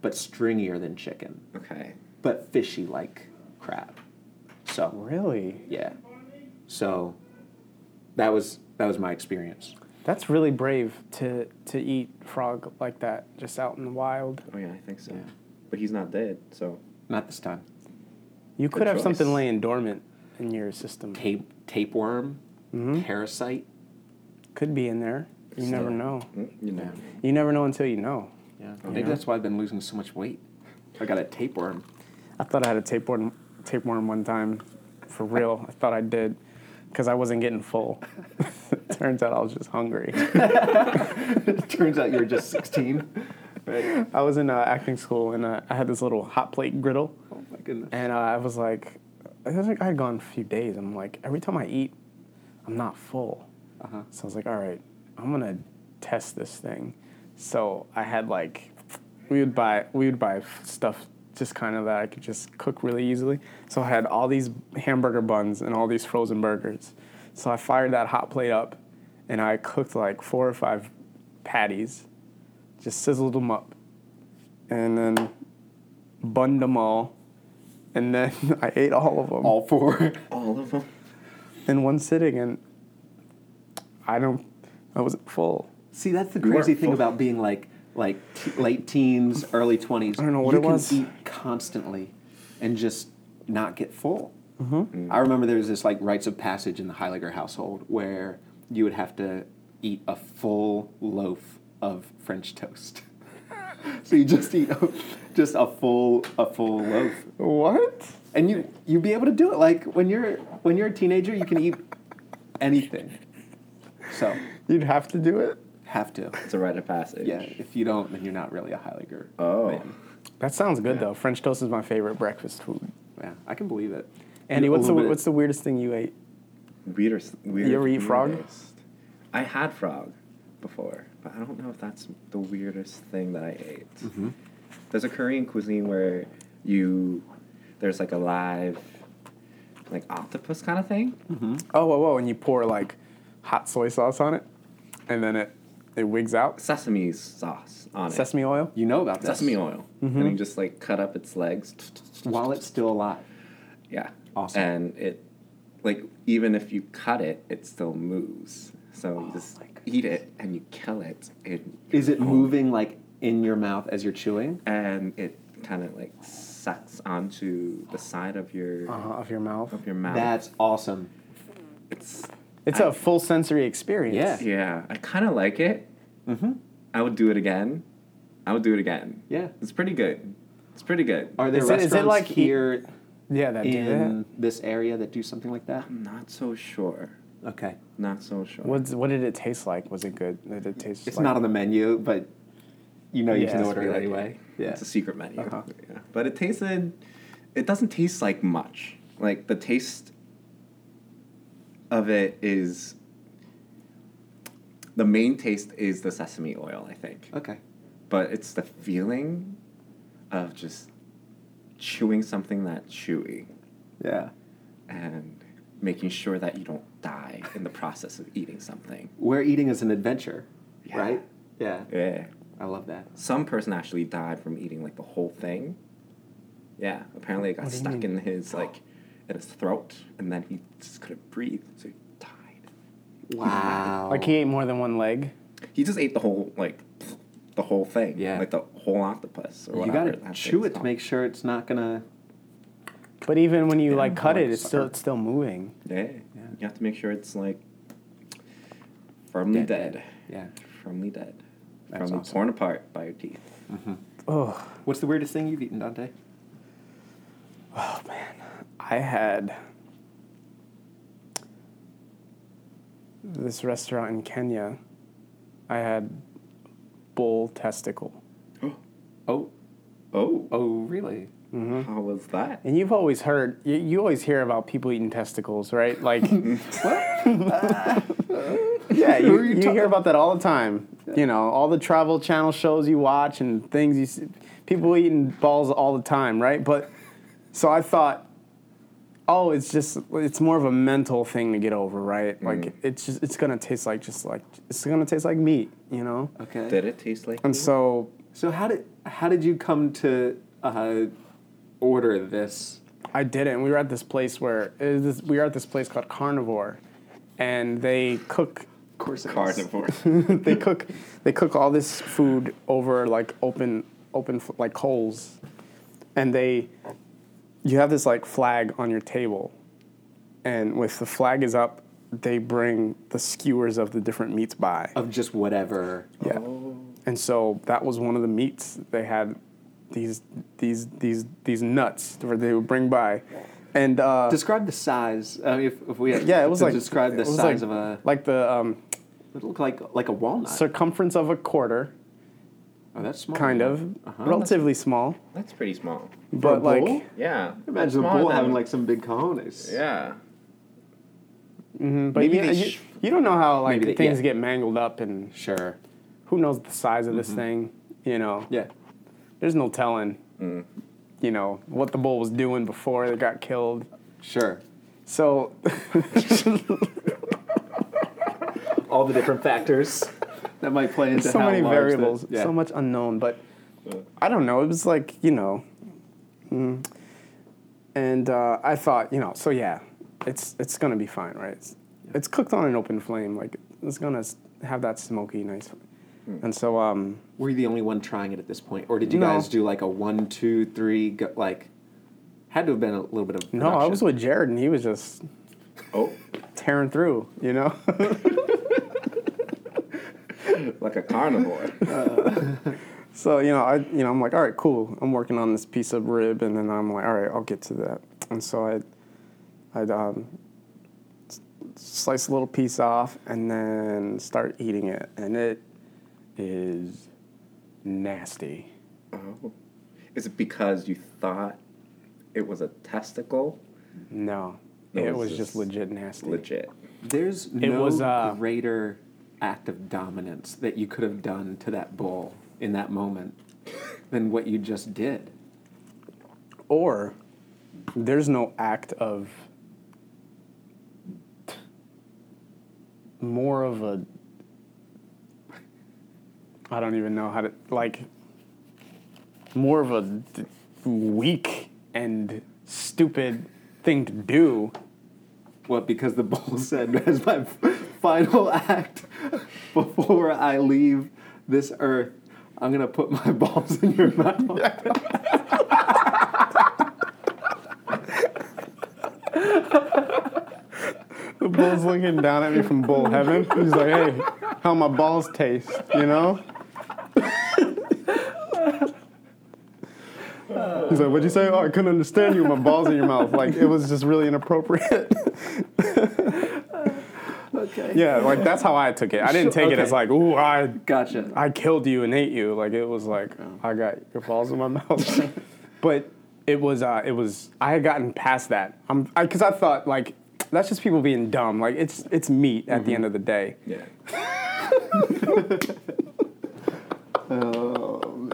[SPEAKER 2] but stringier than chicken,
[SPEAKER 3] Hmm, Okay.
[SPEAKER 2] but fishy like crab. So
[SPEAKER 1] Really?
[SPEAKER 2] yeah, so that was that was my experience.
[SPEAKER 1] That's really brave to to eat frog like that just out in the wild.
[SPEAKER 3] Oh yeah, I think so.
[SPEAKER 2] Yeah.
[SPEAKER 3] But he's not dead, so
[SPEAKER 2] Not this time.
[SPEAKER 1] You could have something
[SPEAKER 3] choice.
[SPEAKER 1] laying dormant in your system.
[SPEAKER 2] Tape, tapeworm, parasite.
[SPEAKER 1] Could be in there. You never know.
[SPEAKER 3] mm, you know.
[SPEAKER 1] You never know until you know.
[SPEAKER 2] Yeah. Maybe that's why I've been losing so much weight. I got a tapeworm.
[SPEAKER 1] I thought I had a tapeworm tapeworm one time, for real. I thought I did, because I wasn't getting full. [laughs] Turns out I was just hungry.
[SPEAKER 2] [laughs]
[SPEAKER 1] [laughs]
[SPEAKER 2] Turns out you're just 16. right.
[SPEAKER 1] I was in uh, acting school and uh, I had this little hot plate griddle,
[SPEAKER 2] Oh my goodness.
[SPEAKER 1] and uh, I was like, I was like, I had gone a few days. I'm like, every time I eat, I'm not full.
[SPEAKER 2] Uh-huh.
[SPEAKER 1] So I was like, all right, I'm gonna test this thing. So I had like, we would buy we would buy f- stuff just kind of that I could just cook really easily. So I had all these hamburger buns and all these frozen burgers. So I fired that hot plate up, and I cooked like four or five patties, just sizzled them up, and then bunned them all, and then [laughs] I ate all of them
[SPEAKER 2] All four.
[SPEAKER 3] [laughs]
[SPEAKER 2] [laughs]
[SPEAKER 3] All of them.
[SPEAKER 1] in one sitting, and I don't, I wasn't full.
[SPEAKER 2] See, that's the
[SPEAKER 3] You weren't
[SPEAKER 2] crazy thing
[SPEAKER 3] full.
[SPEAKER 2] about being like like t- late teens, early 20s. I
[SPEAKER 1] don't know what
[SPEAKER 2] you
[SPEAKER 1] it
[SPEAKER 2] can
[SPEAKER 1] was.
[SPEAKER 2] eat constantly and just not get full.
[SPEAKER 3] Mm.
[SPEAKER 2] I remember there was this like rites of passage in the Heiliger household where you would have to eat a full loaf of French toast. [laughs] so you just eat [laughs] just a full a full loaf,
[SPEAKER 1] What?
[SPEAKER 2] and you you'd be able to do it. Like when you're when you're a teenager, you can eat anything. So
[SPEAKER 1] You'd have to do it?
[SPEAKER 2] have to.
[SPEAKER 3] It's a rite of passage.
[SPEAKER 2] Yeah, if you don't, then you're not really a Heiliger.
[SPEAKER 3] Oh.
[SPEAKER 2] man.
[SPEAKER 1] That sounds good though. French toast is my favorite breakfast food.
[SPEAKER 2] yeah, I can believe it.
[SPEAKER 1] Andy,
[SPEAKER 2] A
[SPEAKER 1] what's the
[SPEAKER 2] little bit-
[SPEAKER 1] what's the weirdest thing you ate?
[SPEAKER 3] Weirder, weird,
[SPEAKER 1] ever eat frog?
[SPEAKER 3] weirdest. I had frog before, but I don't know if that's the weirdest thing that I ate.
[SPEAKER 1] Mm-hmm.
[SPEAKER 3] There's a Korean cuisine where you there's like a live like octopus kind of thing.
[SPEAKER 1] Oh, whoa, whoa! And you pour like hot soy sauce on it, and then it it wigs out.
[SPEAKER 3] Sesame sauce on it.
[SPEAKER 1] Sesame Mm-hmm. oil.
[SPEAKER 2] you know about this?
[SPEAKER 3] Sesame oil. And you just like cut up its legs.
[SPEAKER 2] While it's still alive,
[SPEAKER 3] Yeah.
[SPEAKER 2] Awesome.
[SPEAKER 3] And it, like, even if you cut it, it still moves. So
[SPEAKER 1] Oh
[SPEAKER 3] you just eat it and you kill it. And,
[SPEAKER 2] is it moving like in your mouth as you're chewing?
[SPEAKER 3] and it kind of like sucks onto the side of your
[SPEAKER 1] Uh Of your mouth.
[SPEAKER 3] of your mouth.
[SPEAKER 2] Uh-huh. That's awesome.
[SPEAKER 3] it's
[SPEAKER 1] It's a full sensory experience.
[SPEAKER 2] Yeah.
[SPEAKER 3] yeah. I kind of like it.
[SPEAKER 2] Mm-hmm.
[SPEAKER 3] I would do it again. I would do it again.
[SPEAKER 2] Yeah.
[SPEAKER 3] It's pretty good. It's pretty good.
[SPEAKER 2] Are there
[SPEAKER 1] Is it-
[SPEAKER 2] restaurants
[SPEAKER 1] is it like he-
[SPEAKER 2] here
[SPEAKER 1] Yeah, that do
[SPEAKER 2] in
[SPEAKER 1] that.
[SPEAKER 2] this area that do something like that?
[SPEAKER 3] I'm not so sure.
[SPEAKER 2] Okay,
[SPEAKER 3] Not so sure.
[SPEAKER 1] What's, what did it taste like? Was it good? Did it taste?
[SPEAKER 2] it's
[SPEAKER 1] like-
[SPEAKER 2] not on the menu, but you know you
[SPEAKER 1] Yeah,
[SPEAKER 2] can
[SPEAKER 1] it's
[SPEAKER 2] order it
[SPEAKER 3] pretty
[SPEAKER 2] anyway. Yeah.
[SPEAKER 3] It's a secret menu.
[SPEAKER 2] Uh-huh.
[SPEAKER 3] Yeah. But it tasted, it doesn't taste like much. Like the taste of it is, the main taste is the sesame oil, I think.
[SPEAKER 4] Okay.
[SPEAKER 3] But it's the feeling of just chewing something that's chewy
[SPEAKER 2] Yeah.
[SPEAKER 3] and making sure that you don't die in the process of eating something.
[SPEAKER 2] Where eating is an adventure,
[SPEAKER 3] Yeah.
[SPEAKER 2] right? Yeah.
[SPEAKER 3] Yeah.
[SPEAKER 2] I love that.
[SPEAKER 3] Some person actually died from eating like the whole thing. Yeah, apparently it got
[SPEAKER 1] What do you
[SPEAKER 3] stuck
[SPEAKER 1] mean?
[SPEAKER 3] in his like in his throat and then he just couldn't breathe, so he died.
[SPEAKER 4] Wow.
[SPEAKER 2] Oh.
[SPEAKER 1] Like he ate more than one leg.
[SPEAKER 3] He just ate the whole like the whole thing.
[SPEAKER 2] Yeah.
[SPEAKER 3] Like the whole octopus or
[SPEAKER 2] You
[SPEAKER 3] whatever.
[SPEAKER 2] gotta
[SPEAKER 3] that
[SPEAKER 2] chew
[SPEAKER 3] thing's
[SPEAKER 2] it to
[SPEAKER 3] called.
[SPEAKER 2] make sure it's not gonna.
[SPEAKER 1] But even when you like
[SPEAKER 3] Yeah,
[SPEAKER 1] cut
[SPEAKER 3] like
[SPEAKER 1] it, it's still
[SPEAKER 3] sucker.
[SPEAKER 1] it's still moving.
[SPEAKER 3] Yeah. You have to make sure it's like firmly dead.
[SPEAKER 2] Yeah.
[SPEAKER 3] Firmly dead.
[SPEAKER 2] That's
[SPEAKER 3] firmly
[SPEAKER 2] awesome.
[SPEAKER 3] torn apart by your teeth.
[SPEAKER 1] Oh,
[SPEAKER 2] What's the weirdest thing you've eaten, Dante?
[SPEAKER 1] oh man, I had this restaurant in Kenya. I had bull testicle,
[SPEAKER 2] Oh,
[SPEAKER 3] Oh.
[SPEAKER 2] oh, really? Mm-hmm.
[SPEAKER 3] How was that?
[SPEAKER 1] and you've always heard you, you always hear about people eating testicles, right?
[SPEAKER 2] [laughs]
[SPEAKER 1] Like, yeah,
[SPEAKER 2] Who
[SPEAKER 1] you,
[SPEAKER 2] are you
[SPEAKER 1] you,
[SPEAKER 2] talking-
[SPEAKER 1] hear about that all the time. You know, all the travel channel shows you watch and things you see, people eating balls all the time, right? But so I thought, oh, it's just it's more of a mental thing to get over, right?
[SPEAKER 2] Mm.
[SPEAKER 1] Like it's just it's gonna taste like just like it's gonna taste like meat, you know.
[SPEAKER 2] Okay.
[SPEAKER 3] Did it taste like
[SPEAKER 1] And so
[SPEAKER 2] So how did how did you come to uh, order this?
[SPEAKER 1] I didn't. We were at this place where it was this, we were at this place called Carnivore, and they cook
[SPEAKER 2] Of course, it is. [laughs]
[SPEAKER 3] carnivore?
[SPEAKER 1] [laughs] they cook they cook all this food over like open open f- like coals and they you have this like flag on your table and with the flag is up they bring the skewers of the different meats by
[SPEAKER 2] of just whatever.
[SPEAKER 1] yeah
[SPEAKER 3] Oh,
[SPEAKER 1] and so that was one of the meats they had these these these these nuts that they would bring by and uh
[SPEAKER 2] Describe the size. I mean, if, if we had
[SPEAKER 1] yeah, it was
[SPEAKER 2] to
[SPEAKER 1] like
[SPEAKER 2] describe
[SPEAKER 1] it
[SPEAKER 2] the
[SPEAKER 1] was like,
[SPEAKER 2] size of a.
[SPEAKER 1] like the um,
[SPEAKER 2] It looked like like a walnut.
[SPEAKER 1] circumference of a quarter,
[SPEAKER 2] oh, that's small.
[SPEAKER 1] kind of relatively small,
[SPEAKER 3] That's pretty small.
[SPEAKER 2] Uh-huh. For a
[SPEAKER 1] but like
[SPEAKER 2] bull?
[SPEAKER 3] Yeah.
[SPEAKER 2] Imagine a
[SPEAKER 3] Smaller
[SPEAKER 2] bull
[SPEAKER 3] than-
[SPEAKER 2] having like some big cojones.
[SPEAKER 3] Yeah.
[SPEAKER 1] But
[SPEAKER 3] Maybe
[SPEAKER 1] you,
[SPEAKER 3] they
[SPEAKER 1] you,
[SPEAKER 3] sh-
[SPEAKER 1] you don't know how like
[SPEAKER 2] Maybe they-
[SPEAKER 1] things
[SPEAKER 2] yeah.
[SPEAKER 1] get mangled up, and
[SPEAKER 2] Sure.
[SPEAKER 1] who knows the size of this thing. You know,
[SPEAKER 2] Mm-hmm. Yeah. Mm.
[SPEAKER 1] there's no telling. You know what the bull was doing before they got killed.
[SPEAKER 2] [laughs] Sure.
[SPEAKER 1] So [laughs]
[SPEAKER 4] All the different factors.
[SPEAKER 2] That might play into
[SPEAKER 1] so
[SPEAKER 2] how
[SPEAKER 1] many
[SPEAKER 2] large the-
[SPEAKER 1] variables,
[SPEAKER 2] yeah.
[SPEAKER 1] so much unknown. But I don't know. It was like you know, mm. and uh, I thought you know. So yeah, it's it's gonna be fine, right? It's, it's cooked on an open flame, like it's gonna s- have that smoky nice. And so um,
[SPEAKER 2] Were you the only one trying it at this point, or did you
[SPEAKER 1] No.
[SPEAKER 2] guys do like a one, two, three? Go, like, had to have been a little bit of.
[SPEAKER 1] no, I was
[SPEAKER 2] production.
[SPEAKER 1] with Jared, and he was just
[SPEAKER 3] Oh,
[SPEAKER 1] tearing through, you know? [laughs]
[SPEAKER 3] like
[SPEAKER 2] [laughs]
[SPEAKER 3] a carnivore.
[SPEAKER 1] so, you know, I you know, I'm like, all right, cool. I'm working on this piece of rib and then I'm like, all right, I'll get to that. And so I I'd um s- slice a little piece off and then start eating it. And it is nasty.
[SPEAKER 3] oh. Is it because you thought it was a testicle?
[SPEAKER 1] No.
[SPEAKER 3] No,
[SPEAKER 1] it
[SPEAKER 3] it's
[SPEAKER 1] was just,
[SPEAKER 3] just
[SPEAKER 1] legit nasty.
[SPEAKER 3] Legit.
[SPEAKER 2] There's no
[SPEAKER 1] was, uh,
[SPEAKER 2] greater act of dominance that you could have done to that bull in that moment than what you just did.
[SPEAKER 1] Or there's no act of more of a I don't even know how to like more of a d- weak and stupid thing to do.
[SPEAKER 2] What? Because the bull [laughs] said, as my final act before I leave this earth, I'm gonna put my [laughs] balls in your
[SPEAKER 1] [laughs]
[SPEAKER 2] mouth.
[SPEAKER 1] The bull's looking down at me from bull heaven. He's like, "Hey, how my balls taste?" You know. He's like, "What'd you say?" Oh, I couldn't understand you. with My balls in your mouth. Like it was just really inappropriate. [laughs]
[SPEAKER 2] Okay.
[SPEAKER 1] yeah, like that's how I took it. I didn't
[SPEAKER 2] Sure,
[SPEAKER 1] take it as
[SPEAKER 2] okay.
[SPEAKER 1] like, "Ooh, I
[SPEAKER 2] Gotcha.
[SPEAKER 1] I killed you and ate you. Like it was like I got your balls in my mouth. [laughs] but it was uh, it was I had gotten past that. I'm because I,
[SPEAKER 2] [laughs]
[SPEAKER 1] thought like that's just people being dumb. Like it's it's meat at the end of the day.
[SPEAKER 3] Yeah.
[SPEAKER 1] Oh,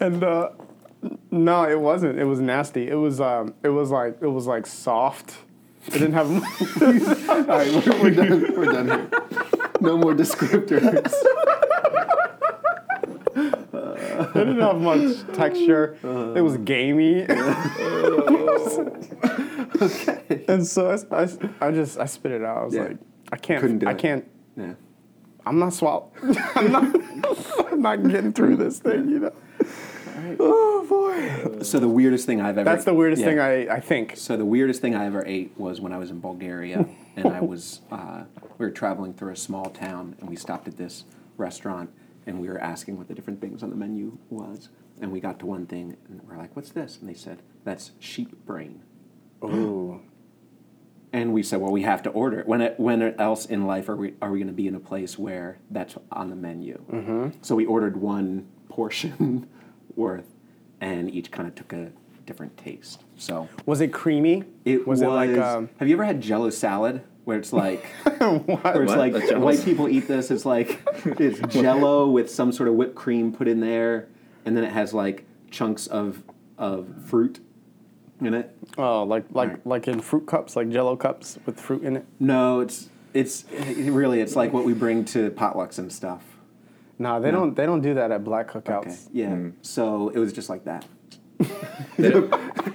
[SPEAKER 1] and uh, no, it wasn't. It was nasty. It was um, it was like it was like soft. It didn't have.
[SPEAKER 2] [laughs] All right, we're, we're done. We're done here. No more descriptors.
[SPEAKER 1] [laughs]
[SPEAKER 2] [laughs]
[SPEAKER 1] It didn't have much texture.
[SPEAKER 2] Uh-huh.
[SPEAKER 1] it was gamey. [laughs] [laughs] And so I, I, I just I spit it out. I was
[SPEAKER 2] Yeah.
[SPEAKER 1] like, I can't.
[SPEAKER 2] Couldn't do
[SPEAKER 1] I
[SPEAKER 2] it.
[SPEAKER 1] can't.
[SPEAKER 2] Yeah.
[SPEAKER 1] I'm not swallowing. [laughs] I'm not, I'm not getting through this thing, you know. Oh boy.
[SPEAKER 2] So the weirdest thing I've ever.
[SPEAKER 1] That's the weirdest
[SPEAKER 2] Yeah.
[SPEAKER 1] thing I, I think.
[SPEAKER 2] So the weirdest thing I ever ate was when I was in Bulgaria, and I was uh, we were traveling through a small town, and we stopped at this restaurant, and we were asking what the different things on the menu was, and we got to one thing, and we're like, "What's this?" And they said, "That's sheep brain."
[SPEAKER 1] Ooh.
[SPEAKER 2] [gasps] And we said, "Well, we have to order it. When it, when else in life are we are we going to be in a place where that's on the menu?" So we ordered one [laughs] portion worth, and each kind of took a different taste. So
[SPEAKER 1] Was it creamy?
[SPEAKER 2] it was,
[SPEAKER 1] it like um,
[SPEAKER 2] have you ever had Jello salad where
[SPEAKER 1] [laughs]
[SPEAKER 2] it's like where it's
[SPEAKER 3] What?
[SPEAKER 2] like
[SPEAKER 3] That's Jell-O
[SPEAKER 2] white
[SPEAKER 3] salad.
[SPEAKER 2] people eat this? It's like it's Jello with some sort of whipped cream put in there, and then it has like chunks of of fruit in it.
[SPEAKER 1] oh like like
[SPEAKER 2] Right.
[SPEAKER 1] like in fruit cups, like Jello cups with fruit in it.
[SPEAKER 2] No, it's it's it really it's like what we bring to potlucks and stuff.
[SPEAKER 1] No, they don't they don't do that at black cookouts.
[SPEAKER 2] Okay. Yeah.
[SPEAKER 3] Hmm.
[SPEAKER 2] So it was just like that.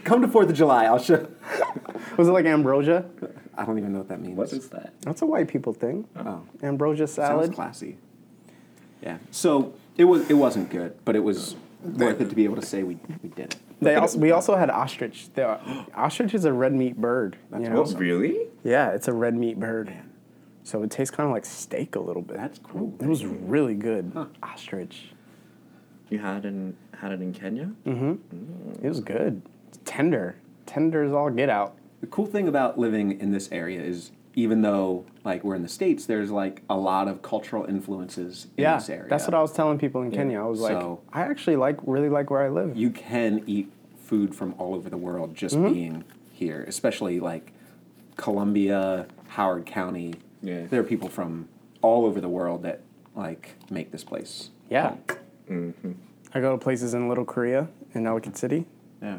[SPEAKER 2] Come to Fourth of July. I'll show.
[SPEAKER 1] Was it like ambrosia?
[SPEAKER 2] I don't even know what that means.
[SPEAKER 3] What is that?
[SPEAKER 1] That's a white people thing.
[SPEAKER 2] Oh.
[SPEAKER 1] Ambrosia salad.
[SPEAKER 2] Sounds classy. Yeah. So it was. It wasn't good, but it was worth it to be able to say we, we did it.
[SPEAKER 1] They also, we also had ostrich. The,
[SPEAKER 2] [gasps]
[SPEAKER 1] ostrich is a red meat bird. you know?
[SPEAKER 2] awesome.
[SPEAKER 3] Oh, Really?
[SPEAKER 1] Yeah, it's a red meat bird. So it tastes kind of like steak a little bit.
[SPEAKER 2] That's cool.
[SPEAKER 1] It was really good. Ostrich.
[SPEAKER 3] You had in had it in Kenya?
[SPEAKER 2] Mm.
[SPEAKER 1] It was good. It's tender. Tender is all get out.
[SPEAKER 2] The cool thing about living in this area is even though like we're in the states, there's like a lot of cultural influences in
[SPEAKER 1] Yeah,
[SPEAKER 2] this area.
[SPEAKER 1] that's what I was telling people in Kenya. I was like,
[SPEAKER 2] So-
[SPEAKER 1] I actually like really like where I live.
[SPEAKER 2] you can eat food from all over the world just
[SPEAKER 1] Mm-hmm.
[SPEAKER 2] being here, especially like Columbia, Howard County.
[SPEAKER 3] Yeah.
[SPEAKER 2] There are people from all over the world that like make this place.
[SPEAKER 1] yeah.
[SPEAKER 3] Mm-hmm.
[SPEAKER 1] I go to places in Little Korea in Ellicott City,
[SPEAKER 2] Yeah.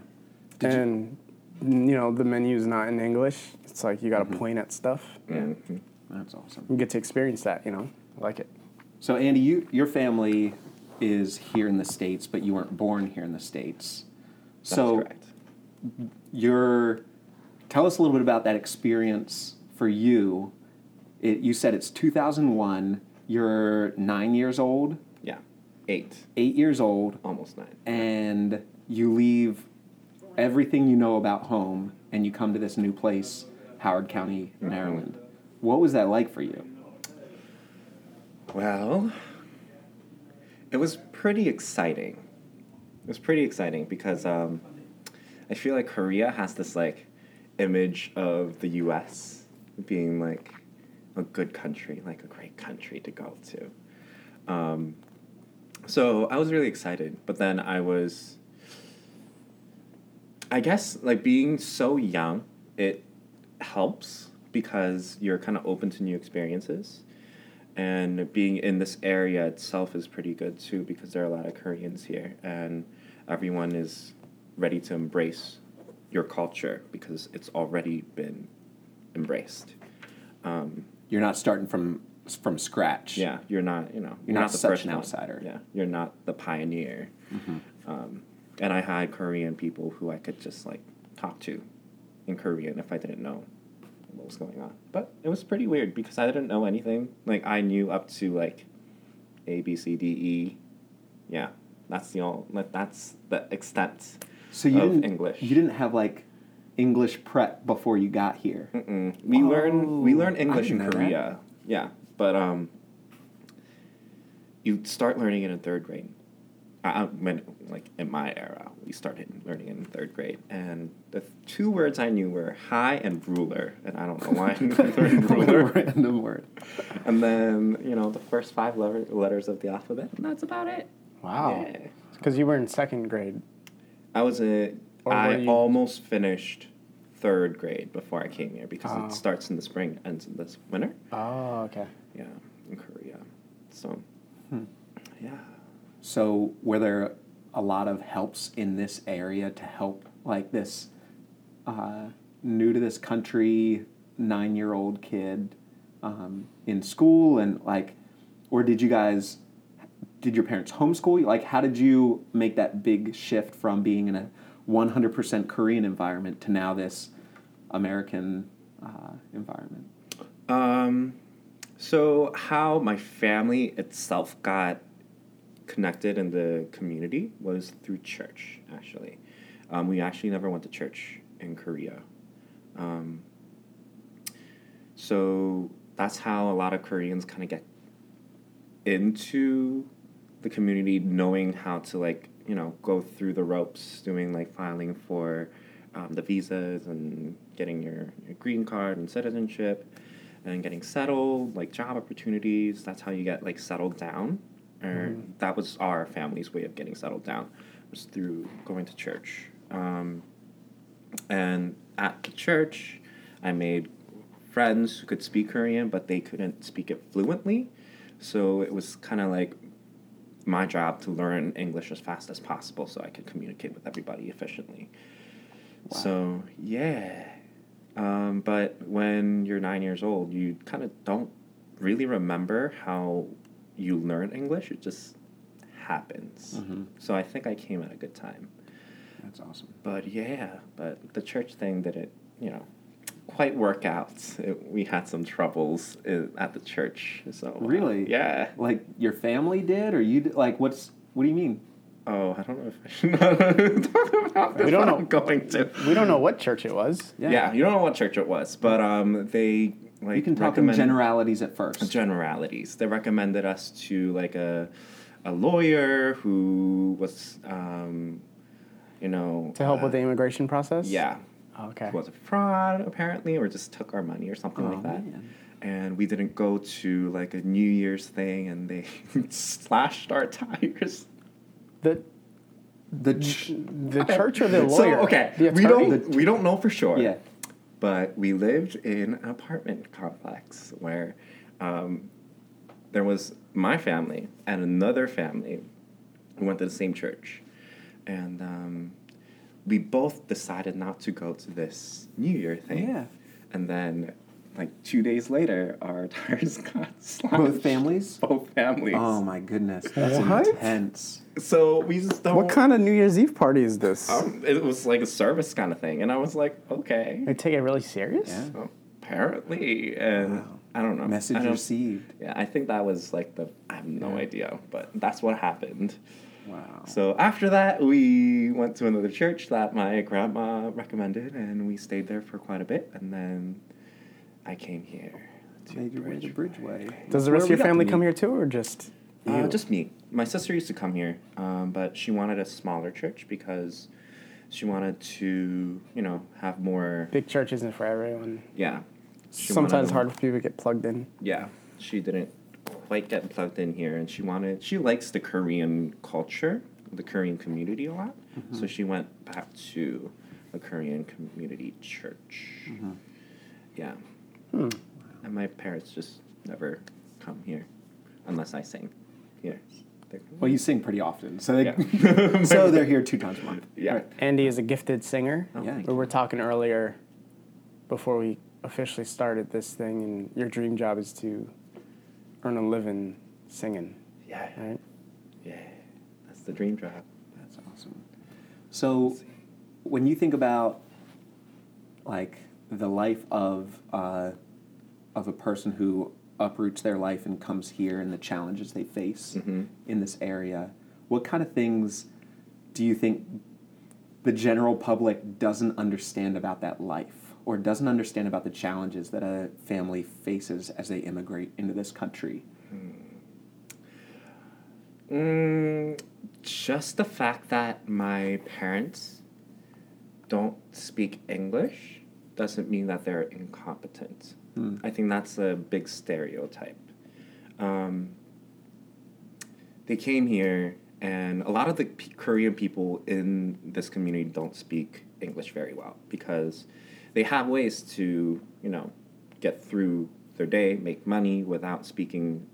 [SPEAKER 1] and you know the menu's not in English. It's like you got to point at stuff.
[SPEAKER 2] That's awesome.
[SPEAKER 1] You get to experience that. You know, I like it.
[SPEAKER 2] So Andy, you your family is here in the states, but you weren't born here in the states.
[SPEAKER 3] That's
[SPEAKER 2] so
[SPEAKER 3] correct.
[SPEAKER 2] your tell us a little bit about that experience for you. It, you said it's 2001. You're nine years old,
[SPEAKER 3] Yeah. Eight.
[SPEAKER 2] eight years old,
[SPEAKER 3] Almost nine.
[SPEAKER 2] and you leave everything you know about home and you come to this new place, Howard County,
[SPEAKER 3] Mm-hmm.
[SPEAKER 2] Maryland. What was that like for you?
[SPEAKER 3] Well, it was pretty exciting. It was pretty exciting because um, I feel like Korea has this like image of the U.S. being like a good country, like a great country to go to. Um, so I was really excited, but then I was, I guess, like being so young, it helps because you're kind of open to new experiences and being in this area itself is pretty good too because there are a lot of Koreans here and everyone is ready to embrace your culture because it's already been embraced. Um,
[SPEAKER 2] You're not starting from from scratch.
[SPEAKER 3] yeah, you're not, you know,
[SPEAKER 2] You're not such an outsider. Mm-hmm.
[SPEAKER 3] Yeah, you're not the pioneer. Um, and I had Korean people who I could just like talk to in Korean if I didn't know what was going on. But it was pretty weird because I didn't know anything. Like I knew up to like A B C D E. Yeah, that's the all. like, That's the extent.
[SPEAKER 2] So you
[SPEAKER 3] of
[SPEAKER 2] didn't
[SPEAKER 3] English.
[SPEAKER 2] You didn't have like English prep before you got here.
[SPEAKER 3] Mm-mm. We learn we
[SPEAKER 2] Oh,
[SPEAKER 3] learn
[SPEAKER 2] I
[SPEAKER 3] English in
[SPEAKER 2] didn't know that.
[SPEAKER 3] Korea. Yeah, but um, you start learning it in third grade. I, I mean, like in my era, we started learning it in third grade, and the two words I knew were "hi" and "ruler," and I don't know why I knew
[SPEAKER 2] [laughs]
[SPEAKER 3] the third
[SPEAKER 2] What a
[SPEAKER 3] ruler.
[SPEAKER 2] random word.
[SPEAKER 3] And then you know the first five letter, letters of the alphabet, and that's about it.
[SPEAKER 1] Wow.
[SPEAKER 3] Yeah.
[SPEAKER 1] Because you were in second grade.
[SPEAKER 3] I was a.
[SPEAKER 1] Or were
[SPEAKER 3] I
[SPEAKER 1] you-
[SPEAKER 3] almost finished third grade before I came here because
[SPEAKER 1] Oh.
[SPEAKER 3] it starts in the spring, ends in this winter.
[SPEAKER 1] Oh, okay.
[SPEAKER 3] Yeah, in Korea. So, yeah.
[SPEAKER 2] So were there a lot of helps in this area to help like this uh, new to this country nine year old kid um, in school and like, or did you guys? Did your parents homeschool you? Like, how did you make that big shift from being in a 100% Korean environment to now this American uh, environment?
[SPEAKER 3] Um, so how my family itself got connected in the community was through church. Actually, um, we actually never went to church in Korea. Um, so that's how a lot of Koreans kind of get into the community, knowing how to like you know go through the ropes, doing like filing for um, the visas and getting your, your green card and citizenship, and getting settled, like job opportunities. That's how you get like settled down, or that was our family's way of getting settled down, was through going to church. Um, and at the church, I made friends who could speak Korean, but they couldn't speak it fluently. So it was kind of like my job to learn English as fast as possible so I could communicate with everybody efficiently. So, yeah. Um, but when you're nine years old, you kind of don't really remember how you learn English. It just happens. So I think I came at a good time.
[SPEAKER 2] That's awesome.
[SPEAKER 3] But yeah, but the church thing didn't, you know, quite work out. It, we had some troubles i at the church. So uh,
[SPEAKER 2] Really?
[SPEAKER 3] yeah.
[SPEAKER 2] Like, your family did, or you did? Like, what's, what do you mean?
[SPEAKER 3] Oh, I don't know if I should [laughs] talk about this.
[SPEAKER 1] We don't
[SPEAKER 3] what
[SPEAKER 1] know.
[SPEAKER 3] I'm going to.
[SPEAKER 1] We don't know what church it was.
[SPEAKER 3] Yeah. you don't know what church it was, but um, they like
[SPEAKER 2] You can talk in
[SPEAKER 3] recommend-
[SPEAKER 2] generalities at first.
[SPEAKER 3] generalities. They recommended us to like a a lawyer who was um, you know
[SPEAKER 1] To help
[SPEAKER 3] uh,
[SPEAKER 1] with the immigration process?
[SPEAKER 3] yeah
[SPEAKER 1] Okay.
[SPEAKER 3] It was a fraud apparently or just took our money or something
[SPEAKER 2] Oh,
[SPEAKER 3] like that
[SPEAKER 2] man.
[SPEAKER 3] and we didn't go to like a new year's thing and they [laughs] slashed our tires
[SPEAKER 1] The
[SPEAKER 2] The ch-
[SPEAKER 1] the church or the
[SPEAKER 3] [laughs] so
[SPEAKER 1] lawyer?
[SPEAKER 3] okay
[SPEAKER 1] The
[SPEAKER 3] we
[SPEAKER 1] attorney?
[SPEAKER 3] don't we don't know for sure
[SPEAKER 2] yeah.
[SPEAKER 3] but we lived in an apartment complex where um, there was my family and another family who went to the same church. And um, we both decided not to go to this New Year thing.
[SPEAKER 2] Yeah.
[SPEAKER 3] And then, like, two days later, our [laughs] tires got slashed.
[SPEAKER 2] Both families?
[SPEAKER 3] Both families.
[SPEAKER 2] Oh my goodness. That's
[SPEAKER 1] What?
[SPEAKER 2] intense.
[SPEAKER 3] So we just don't.
[SPEAKER 1] What kind of New Year's Eve party is this?
[SPEAKER 3] Um, it was like a service kind of thing. And I was like, okay.
[SPEAKER 1] they take it really serious?
[SPEAKER 2] Yeah.
[SPEAKER 3] Apparently. And
[SPEAKER 2] Wow.
[SPEAKER 3] I don't know.
[SPEAKER 2] Message
[SPEAKER 3] I don't-
[SPEAKER 2] received.
[SPEAKER 3] Yeah, I think that was like the I have no idea, but that's what happened.
[SPEAKER 2] Wow.
[SPEAKER 3] So after that, we went to another church that my grandma recommended, and we stayed there for quite a bit, and then I came here. to
[SPEAKER 2] Made your way to Bridgeway.
[SPEAKER 1] Does the
[SPEAKER 2] Where
[SPEAKER 1] rest of
[SPEAKER 2] we
[SPEAKER 1] your
[SPEAKER 2] got to
[SPEAKER 1] family
[SPEAKER 2] meet.
[SPEAKER 1] come here too, or just you?
[SPEAKER 3] Uh, just me. My sister used to come here, um, but she wanted a smaller church because she wanted to, you know, have more.
[SPEAKER 1] Big church isn't for everyone.
[SPEAKER 3] Yeah. She wanted
[SPEAKER 1] Sometimes
[SPEAKER 3] a-
[SPEAKER 1] hard for people to get plugged in.
[SPEAKER 3] yeah, she didn't quite get plugged in here, and she wanted she likes the Korean culture, the Korean community a lot. So she went back to a Korean community church. Yeah, and my parents just never come here unless I sing here. They're-
[SPEAKER 2] Well, you sing pretty often. So, they, [laughs]
[SPEAKER 3] yeah. [laughs]
[SPEAKER 2] so they're here two times a month.
[SPEAKER 3] Yeah.
[SPEAKER 2] Right.
[SPEAKER 1] Andy is a gifted singer.
[SPEAKER 3] "Oh,
[SPEAKER 2] Yeah.
[SPEAKER 1] We were talking earlier before we officially started this thing, and your dream job is to earn a living singing,
[SPEAKER 3] yeah,
[SPEAKER 1] right?
[SPEAKER 3] yeah. That's the dream job.
[SPEAKER 2] That's awesome. So, when you think about like the life of uh, of a person who uproots their life and comes here and the challenges they face in this area, what kind of things do you think the general public doesn't understand about that life or doesn't understand about the challenges that a family faces as they immigrate into this country?
[SPEAKER 3] Mm, just the fact that my parents don't speak English doesn't mean that they're incompetent.
[SPEAKER 2] Hmm.
[SPEAKER 3] I think that's a big stereotype. Um, they came here, and a lot of the P- Korean people in this community don't speak English very well because they have ways to you know get through their day, make money without speaking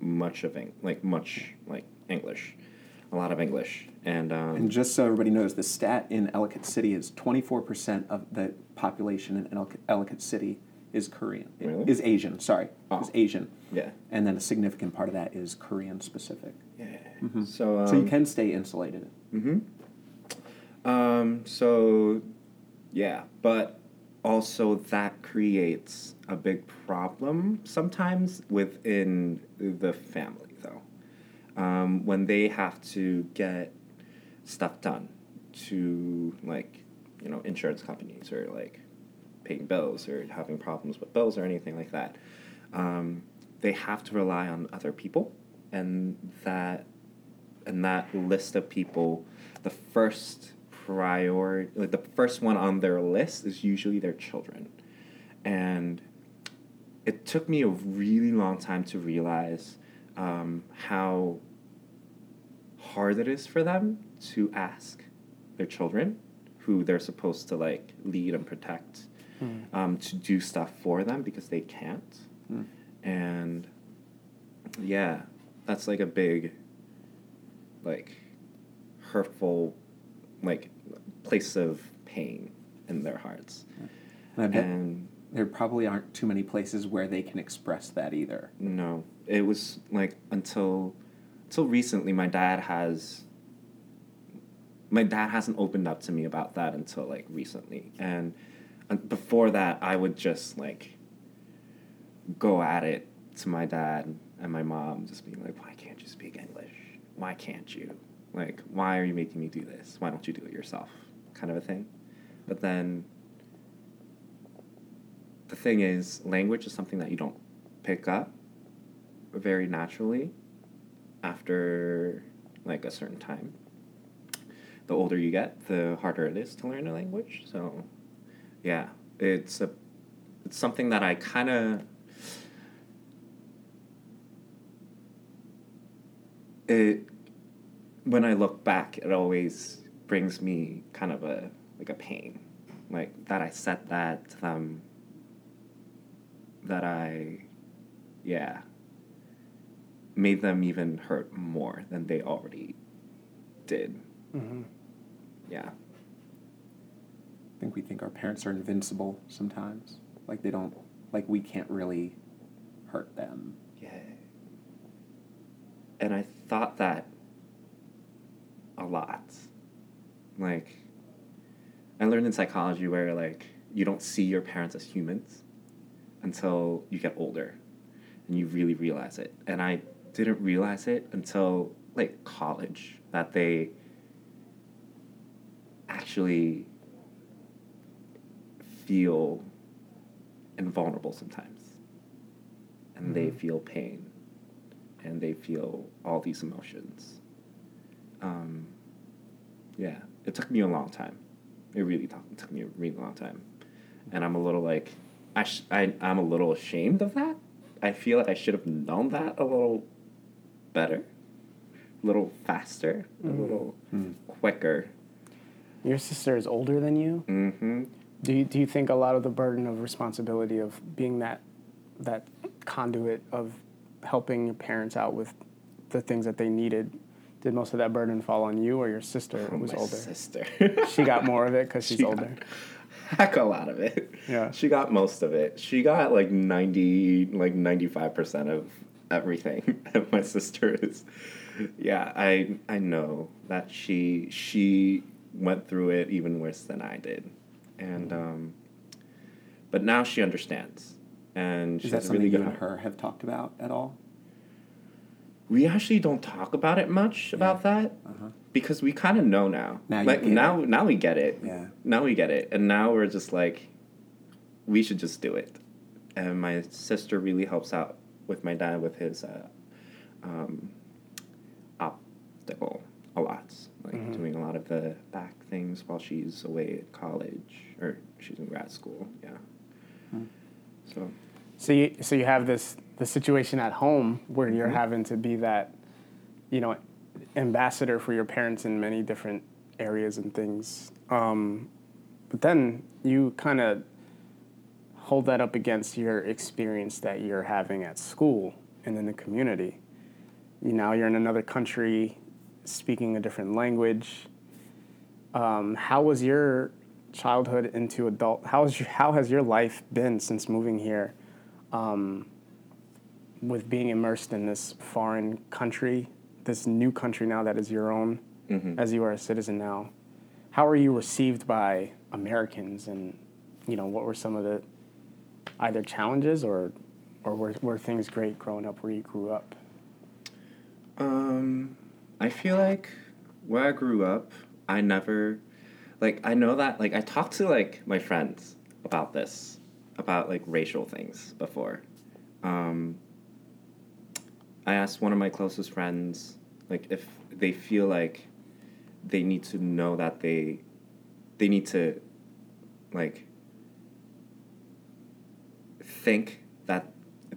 [SPEAKER 3] much of Eng- like much like English, a lot of English, and um,
[SPEAKER 2] And just so everybody knows, the stat in Ellicott City is 24% of the population in Ellicott, Ellicott City is Korean.
[SPEAKER 3] Really?
[SPEAKER 2] Is Asian, sorry. Is
[SPEAKER 3] Oh.
[SPEAKER 2] Asian.
[SPEAKER 3] yeah,
[SPEAKER 2] And then a significant part of that is Korean specific.
[SPEAKER 3] yeah. So um,
[SPEAKER 2] Mm-hmm. so you can stay insulated.
[SPEAKER 3] Um, so, yeah, but also that creates a big problem sometimes within the family, though, um, when they have to get stuff done to like, you know, insurance companies or like paying bills or having problems with bills or anything like that. Um, they have to rely on other people, and that and that list of people, the first priority, like the first one on their list is usually their children. And it took me a really long time to realize um, how hard it is for them to ask their children, who they're supposed to like lead and protect,
[SPEAKER 2] Hmm.
[SPEAKER 3] um, to do stuff for them because they can't.
[SPEAKER 2] Hmm.
[SPEAKER 3] And yeah, that's like a big like hurtful like place of pain in their hearts
[SPEAKER 2] And I bet
[SPEAKER 3] and
[SPEAKER 2] there probably aren't too many places where they can express that either.
[SPEAKER 3] no it was like until until recently my dad has my dad hasn't opened up to me about that until like recently and, and before that i would just like go at it to my dad and my mom just being like why can't you speak english why can't you like why are you making me do this why don't you do it yourself kind of a thing but then the thing is language is something that you don't pick up very naturally after like a certain time the older you get, the harder it is to learn a language. So, yeah, it's a it's something that I kind of it when I look back, it always brings me kind of a like a pain, like that I said that to them. That I, yeah, made them even hurt more than they already did.
[SPEAKER 1] Mm-hmm.
[SPEAKER 3] Yeah.
[SPEAKER 2] I think we think our parents are invincible sometimes. Like they don't, like we can't really hurt them.
[SPEAKER 3] Yeah. And I thought that a lot. Like, I learned in psychology where, like, you don't see your parents as humans until you get older and you really realize it. And I didn't realize it until, like, college that they actually feel invulnerable sometimes and they feel pain and they feel all these emotions um, yeah it took me a long time it really took took me a really long time and i'm a little like I sh- I, i'm a little ashamed of that i feel like i should have known that a little better a little faster a little quicker
[SPEAKER 1] Your sister is older than you.
[SPEAKER 3] mm-hmm
[SPEAKER 1] Do you, do you think a lot of the burden of responsibility of being that that conduit of helping your parents out with the things that they needed did most of that burden fall on you or your sister who was
[SPEAKER 3] [laughs] my
[SPEAKER 1] older?
[SPEAKER 2] [laughs]
[SPEAKER 3] sister
[SPEAKER 1] She got more of it because she's
[SPEAKER 3] [laughs] She got-
[SPEAKER 1] older.
[SPEAKER 3] heck a lot of it.
[SPEAKER 1] Yeah.
[SPEAKER 3] She got most of it. She got like ninety like ninety five percent of everything. [laughs] And my sister is yeah, I I know that she she went through it even worse than I did. And
[SPEAKER 2] Mm-hmm.
[SPEAKER 3] um but now she understands. And she
[SPEAKER 2] Is that
[SPEAKER 3] has a
[SPEAKER 2] something
[SPEAKER 3] really
[SPEAKER 2] you
[SPEAKER 3] good
[SPEAKER 2] and
[SPEAKER 3] heart.
[SPEAKER 2] her have talked about at all?
[SPEAKER 3] We actually don't talk about it much about that because we kind of know now.
[SPEAKER 2] Uh-huh. Now you
[SPEAKER 3] like
[SPEAKER 2] get
[SPEAKER 3] now, now we get it.
[SPEAKER 2] Yeah.
[SPEAKER 3] Now we get it, and now we're just like, we should just do it. And my sister really helps out with my dad with his uh, um, optical a lot, like doing a lot of the back things while she's away at college or she's in grad school. Yeah. So
[SPEAKER 1] So you so you have this the situation at home where you're having to be that, you know, ambassador for your parents in many different areas and things. Um, but then you kind of hold that up against your experience that you're having at school and in the community. You now you're in another country, speaking a different language. Um, how was your childhood into adult? How's your, how has your life been since moving here? Um, with being immersed in this foreign country, this new country now that is your own,
[SPEAKER 3] Mhm.
[SPEAKER 1] as you are a citizen now, how are you received by Americans? And you know, what were some of the either challenges or or were, were things great growing up where you grew up?
[SPEAKER 3] Um, I feel like where I grew up, I never, like, I know that, like, I talked to, like, my friends about this, about, like, racial things before. Um, I asked one of my closest friends, like, if they feel like they need to know that they, they need to, like, think that,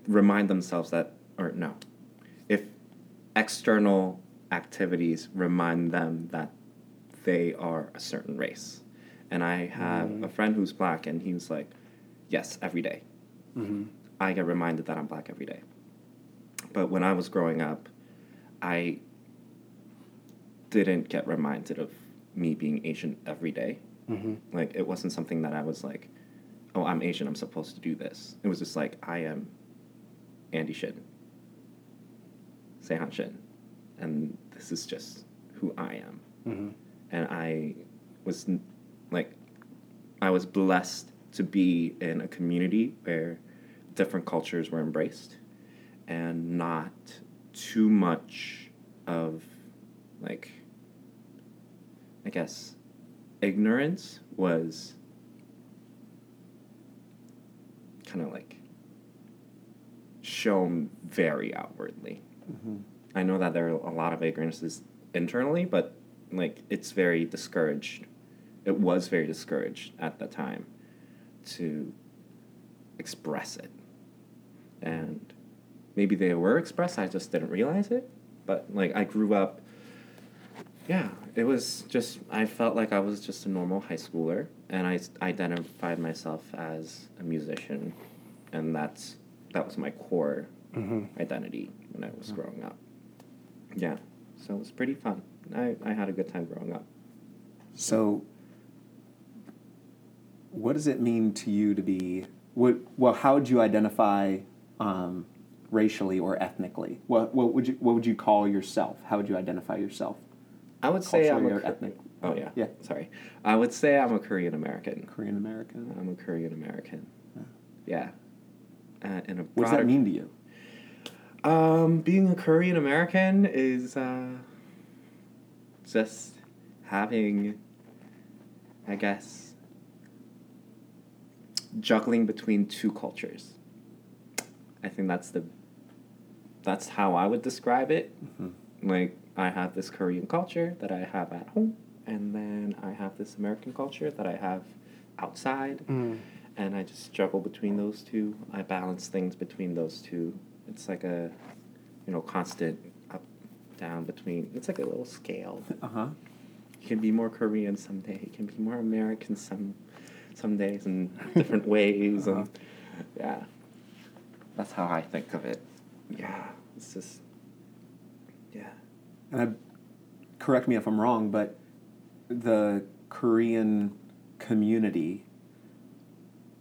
[SPEAKER 3] remind themselves that, or no, if external activities remind them that they are a certain race. And I have a friend who's black, and he was like, Yes, every day. I get reminded that I'm black every day. But when I was growing up, I didn't get reminded of me being Asian every day.
[SPEAKER 1] Mm-hmm.
[SPEAKER 3] Like, it wasn't something that I was like, Oh, I'm Asian, I'm supposed to do this. It was just like, I am Andy Shin. Sehan Shin. And this is just who I am.
[SPEAKER 1] Mm-hmm.
[SPEAKER 3] And I was n- like, I was blessed to be in a community where different cultures were embraced and not too much of like, I guess, ignorance was kind of like shown very outwardly. I know that there are a lot of ignorances internally, but like it's very discouraged. It was very discouraged at the time to express it. And maybe they were expressed, I just didn't realize it. But like I grew up, yeah, it was just, I felt like I was just a normal high schooler and I s- identified myself as a musician. And that's, that was my core
[SPEAKER 1] Mm-hmm.
[SPEAKER 3] identity when I was growing up. Yeah, so it was pretty fun. I, I had a good time growing up.
[SPEAKER 2] So, what does it mean to you to be? What, well, how would you identify um, racially or ethnically? What, what would you What would you call yourself? How would you identify yourself?
[SPEAKER 3] I would say I'm a
[SPEAKER 2] Culturally or
[SPEAKER 3] Kor-
[SPEAKER 2] ethnic?
[SPEAKER 3] Oh yeah,
[SPEAKER 2] Yeah.
[SPEAKER 3] Sorry, I would say I'm a Korean American.
[SPEAKER 2] Korean American.
[SPEAKER 3] I'm a Korean American. Yeah, uh, in a
[SPEAKER 2] What does that
[SPEAKER 3] broader-
[SPEAKER 2] mean to you?
[SPEAKER 3] Um, being a Korean American is uh, just having, I guess, juggling between two cultures. I think that's the. That's how I would describe it.
[SPEAKER 2] Mm-hmm.
[SPEAKER 3] Like I have this Korean culture that I have at home, and then I have this American culture that I have
[SPEAKER 1] Mm.
[SPEAKER 3] outside
[SPEAKER 1] Mm-hmm.
[SPEAKER 3] and I just juggle between those two. I balance things between those two. It's like a, you know, constant up, down between. It's like a little scale.
[SPEAKER 2] Uh huh.
[SPEAKER 3] You can be more Korean someday. You can be more American some, some days in different ways, and yeah, that's how I think of it. Yeah, it's just, yeah.
[SPEAKER 2] and I, correct me if I'm wrong, but the Korean community,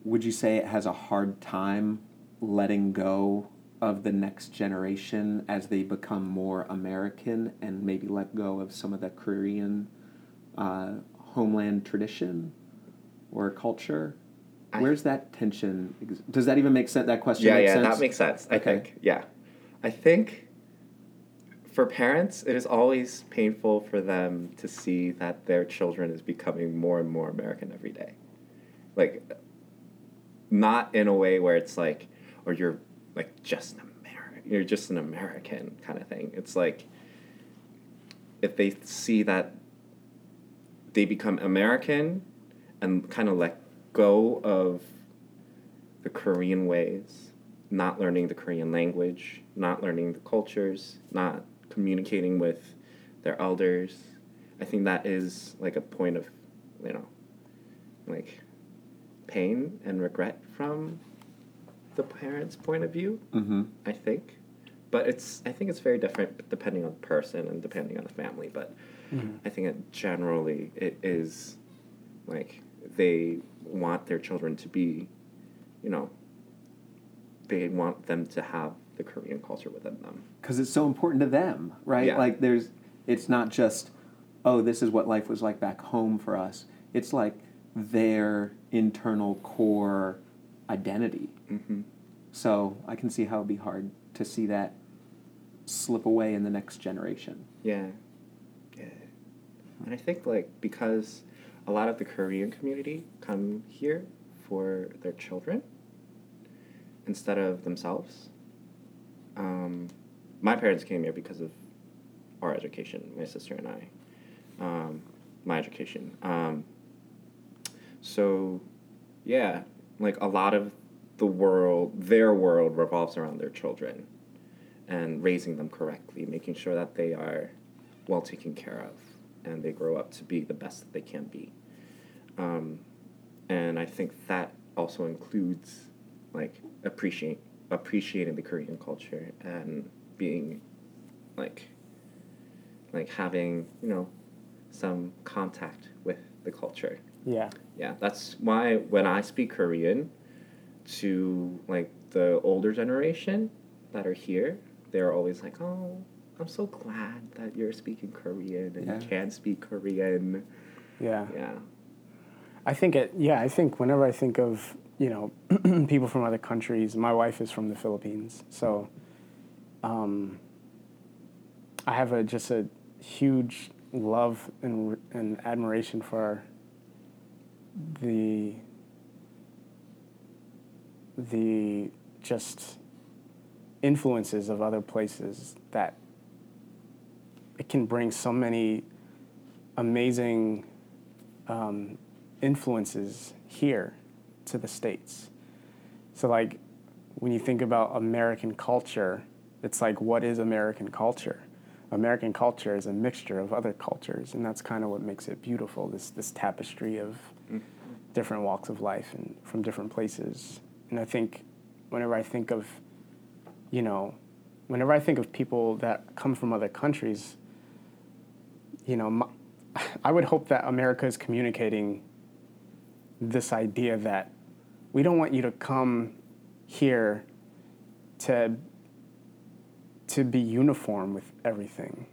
[SPEAKER 2] would you say it has a hard time letting go of the next generation as they become more American and maybe let go of some of the Korean uh, homeland tradition or culture?
[SPEAKER 3] I-
[SPEAKER 2] Where's that tension? ex- Does that even make sense? That question
[SPEAKER 3] yeah,
[SPEAKER 2] make
[SPEAKER 3] yeah,
[SPEAKER 2] sense?
[SPEAKER 3] that makes sense. I
[SPEAKER 2] Okay.
[SPEAKER 3] think, yeah, I think for parents, it is always painful for them to see that their children is becoming more and more American every day. Like, not in a way where it's like, or you're like just an American, you're just an American kind of thing. It's like if they see that they become American and kind of let go of the Korean ways, not learning the Korean language, not learning the cultures, not communicating with their elders. I think that is like a point of, you know, like pain and regret from the parents' point of view.
[SPEAKER 2] Mm-hmm.
[SPEAKER 3] I think. But it's I think it's very different depending on the person and depending on the family. But I think it generally it is like they want their children to be, you know, they want them to have the Korean culture within them.
[SPEAKER 2] because it's so important to them, right?
[SPEAKER 3] Yeah.
[SPEAKER 2] Like there's, it's not just, oh, this is what life was like back home for us. It's like their internal core identity.
[SPEAKER 3] Mm-hmm.
[SPEAKER 2] So I can see how it'd be hard to see that slip away in the next generation.
[SPEAKER 3] Yeah. Yeah. And I think like because a lot of the Korean community come here for their children instead of themselves. Um, my parents came here because of our education, my sister and I. Um, my education. Um, so yeah, like a lot of the world, their world revolves around their children and raising them correctly, making sure that they are well taken care of and they grow up to be the best that they can be. Um, and I think that also includes like appreciate appreciating the Korean culture and being like like having, you know, some contact with the culture
[SPEAKER 1] Yeah.
[SPEAKER 3] yeah that's why when i speak korean to like the older generation that are here they're always like oh i'm so glad that you're speaking korean and
[SPEAKER 2] Yeah.
[SPEAKER 3] you can speak korean
[SPEAKER 1] Yeah.
[SPEAKER 3] yeah
[SPEAKER 1] I think it. Yeah, I think whenever I think of you know [clears throat] people from other countries, my wife is from the Philippines, so um, I have a just a huge love and re- and admiration for the the just influences of other places that it can bring so many amazing um, influences here to the states. So like when you think about American culture, it's like what is American culture? American culture is a mixture of other cultures, and that's kind of what makes it beautiful. This this tapestry of different walks of life and from different places. And I think whenever I think of, you know, whenever I think of people that come from other countries, you know, my, I would hope that America is communicating this idea that we don't want you to come here to to be uniform with everything.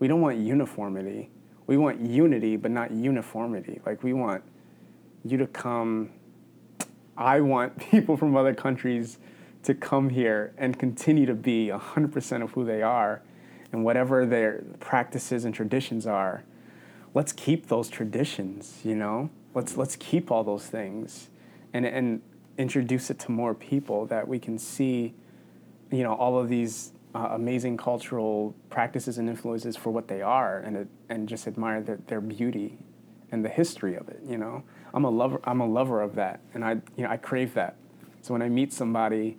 [SPEAKER 1] We don't want uniformity. We want unity, but not uniformity. Like we want you to come. I want [laughs] people from other countries to come here and continue to be 100% of who they are and whatever their practices and traditions are. Let's keep those traditions, you know? Let's let's keep all those things and and introduce it to more people that we can see you know all of these uh, amazing cultural practices and influences for what they are and it, and just admire their, their beauty and the history of it you know i'm a lover i'm a lover of that and i you know i crave that so when i meet somebody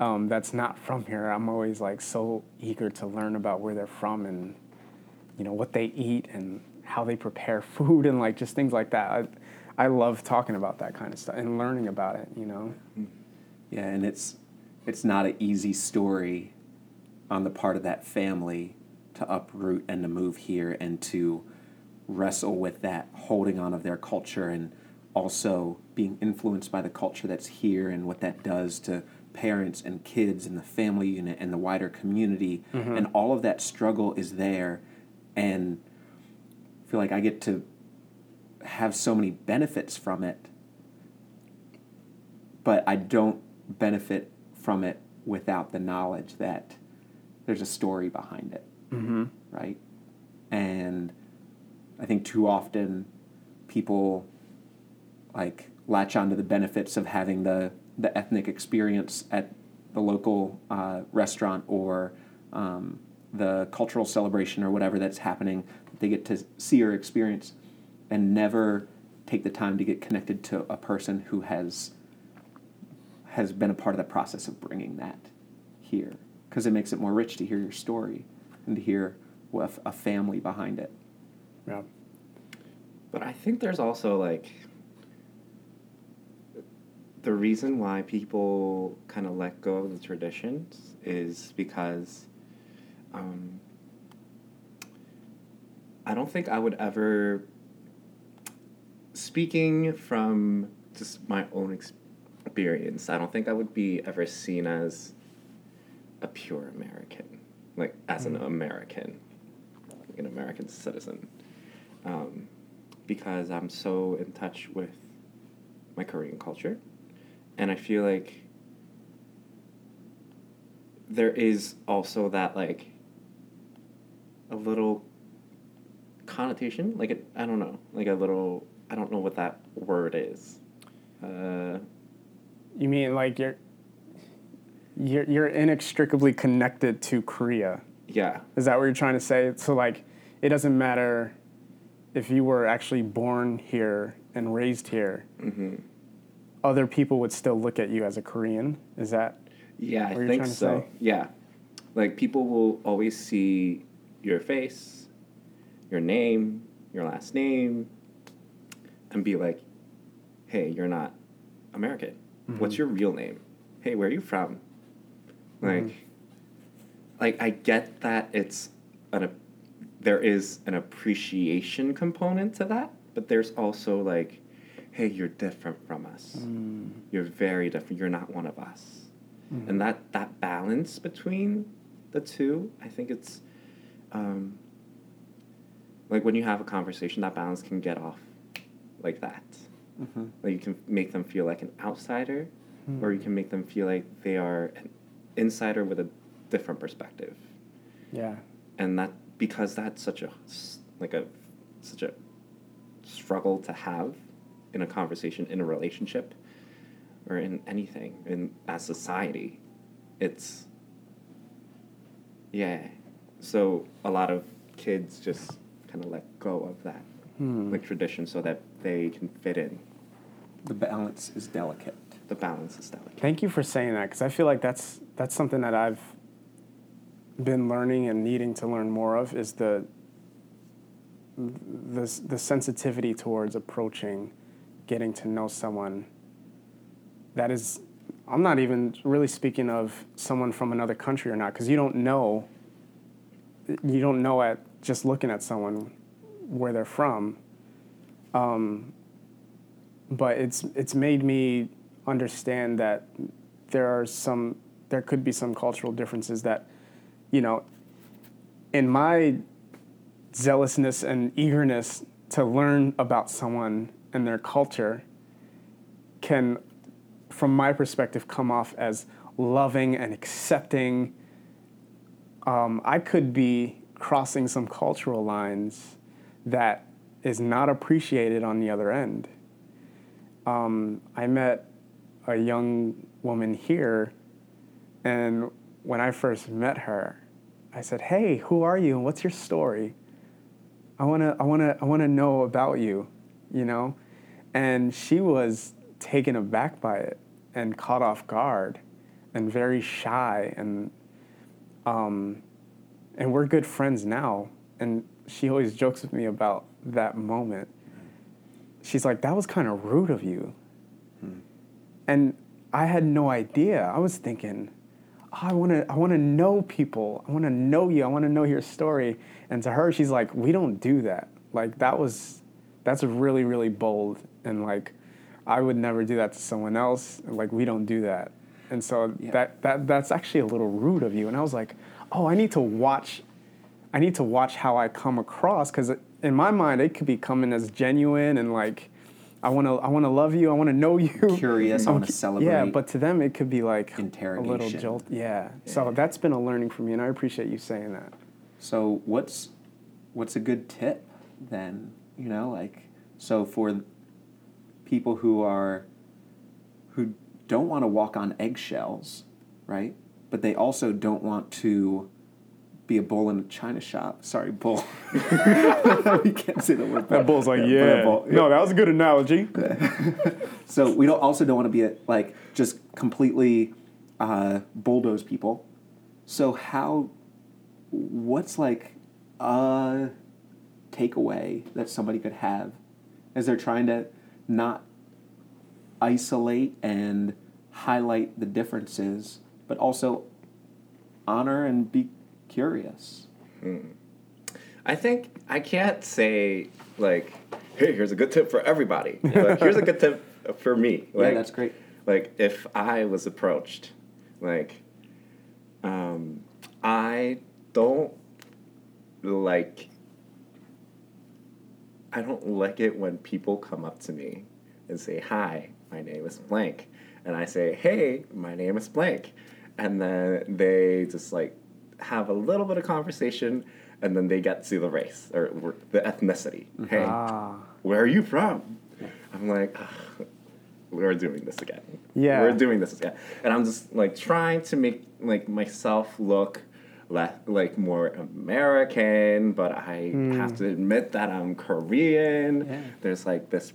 [SPEAKER 1] um, that's not from here i'm always like so eager to learn about where they're from and you know what they eat and how they prepare [laughs] food and like just things like that i, I love talking about that kind of stuff and learning about it you know
[SPEAKER 2] Yeah, and it's it's not an easy story on the part of that family to uproot and to move here and to wrestle with that holding on of their culture and also being influenced by the culture that's here and what that does to parents and kids and the family unit and the wider community and all of that struggle is there and I feel like I get to have so many benefits from it but I don't benefit from it without the knowledge that there's a story behind it,
[SPEAKER 1] mm-hmm.
[SPEAKER 2] right? And I think too often people like latch onto the benefits of having the the ethnic experience at the local uh, restaurant or um, the cultural celebration or whatever that's happening that they get to see or experience, and never take the time to get connected to a person who has has been a part of the process of bringing that here because it makes it more rich to hear your story and to hear with a family behind it.
[SPEAKER 1] yeah
[SPEAKER 3] but i think there's also like the reason why people kind of let go of the traditions is because um, I don't think I would ever, speaking from just my own experience, I don't think I would be ever seen as a pure American, like as an American, like an American citizen, um, because I'm so in touch with my Korean culture, and I feel like there is also that like a little connotation, like it, I don't know, like a little I don't know what that word is. Uh,
[SPEAKER 1] You mean like you're you're you're inextricably connected to Korea.
[SPEAKER 3] yeah,
[SPEAKER 1] Is that what you're trying to say? So like it doesn't matter if you were actually born here and raised here. Other people would still look at you as a Korean. Is that
[SPEAKER 3] Yeah, I
[SPEAKER 1] What you're
[SPEAKER 3] think
[SPEAKER 1] trying to
[SPEAKER 3] so.
[SPEAKER 1] say?
[SPEAKER 3] Yeah. Like people will always see your face, your name, your last name, and be like, hey, you're not American.
[SPEAKER 1] Mm-hmm.
[SPEAKER 3] What's your real name? Hey, where are you from? Like, like I get that it's an ap- there is an appreciation component to that, but there's also like, hey, you're different from us. You're very different. You're not one of us and that that balance between the two i think it's um, like when you have a conversation that balance can get off like that like you can make them feel like an outsider or you can make them feel like they are an insider with a different perspective
[SPEAKER 1] yeah.
[SPEAKER 3] and that because that's such a s- like a such a struggle to have in a conversation in a relationship or in anything in as society it's yeah so a lot of kids just kind of let go of that
[SPEAKER 1] Hmm.
[SPEAKER 3] like tradition so that they can fit in
[SPEAKER 2] The balance is delicate.
[SPEAKER 3] the balance is delicate
[SPEAKER 1] Thank you for saying that because I feel like that's that's something that I've been learning and needing to learn more of is the the the sensitivity towards approaching getting to know someone that is I'm not even really speaking of someone from another country or not because you don't know you don't know at just looking at someone where they're from Um, but it's it's made me understand that there are some there could be some cultural differences that you know in my zealousness and eagerness to learn about someone and their culture can from my perspective come off as loving and accepting um, i could be crossing some cultural lines that is not appreciated on the other end Um, I met a young woman here, and when I first met her, I said, "Hey, who are you? and What's your story? I wanna, I wanna, I wanna know about you, you know." And she was taken aback by it and caught off guard, and very shy, and um, and we're good friends now. And she always jokes with me about that moment she's like, that was kind of rude of you. And I had no idea. I was thinking, "Oh, I want to I want to know people. I want to know you. I want to know your story. And to her, she's like, we don't do that. Like that was that's really really bold and like I would never do that to someone else. Like we don't do that. And so that that that's actually a little rude of you. And I was like, oh, I need to watch I need to watch how I come across because in my mind it could be coming as genuine and like I want to I want to love you I want to know [laughs] you
[SPEAKER 2] Curious, I
[SPEAKER 1] I'm
[SPEAKER 2] wanna
[SPEAKER 1] cu-
[SPEAKER 2] celebrate.
[SPEAKER 1] Mm-hmm. yeah but to them it could be like a little
[SPEAKER 2] Interrogation.
[SPEAKER 1] jolt yeah. so that's been a learning for me and I appreciate you saying that
[SPEAKER 2] So what's what's a good tip then? You know, like so for people who are who don't want to walk on eggshells, right? But they also don't want to be a bull in a china shop. Sorry, bull. [laughs] we can't say the word. bull. we're a bull.
[SPEAKER 1] that was a good analogy
[SPEAKER 2] So we don't also don't want to be like just completely uh, bulldoze people. So how? What's like a takeaway that somebody could have as they're trying to not isolate and highlight the differences, but also honor and be curious.
[SPEAKER 3] I think I can't say like, hey, here's a good tip for everybody. Like, here's a good tip for me. Like,
[SPEAKER 2] yeah, that's great.
[SPEAKER 3] Like if I was approached, like, um, I don't like. I don't like it when people come up to me and say, "Hi, my name is blank," and I say, "Hey, my name is blank," and then they just like have a little bit of conversation, and then they get to the race or r- the ethnicity. Hey,
[SPEAKER 1] Ah.
[SPEAKER 3] where are you from? I'm like, "Ugh, we're doing this again.
[SPEAKER 1] Yeah.
[SPEAKER 3] we're doing this again, and I'm just like trying to make like myself look. le- Like more American, but I have to admit that I'm Korean.
[SPEAKER 2] Yeah.
[SPEAKER 3] There's like this,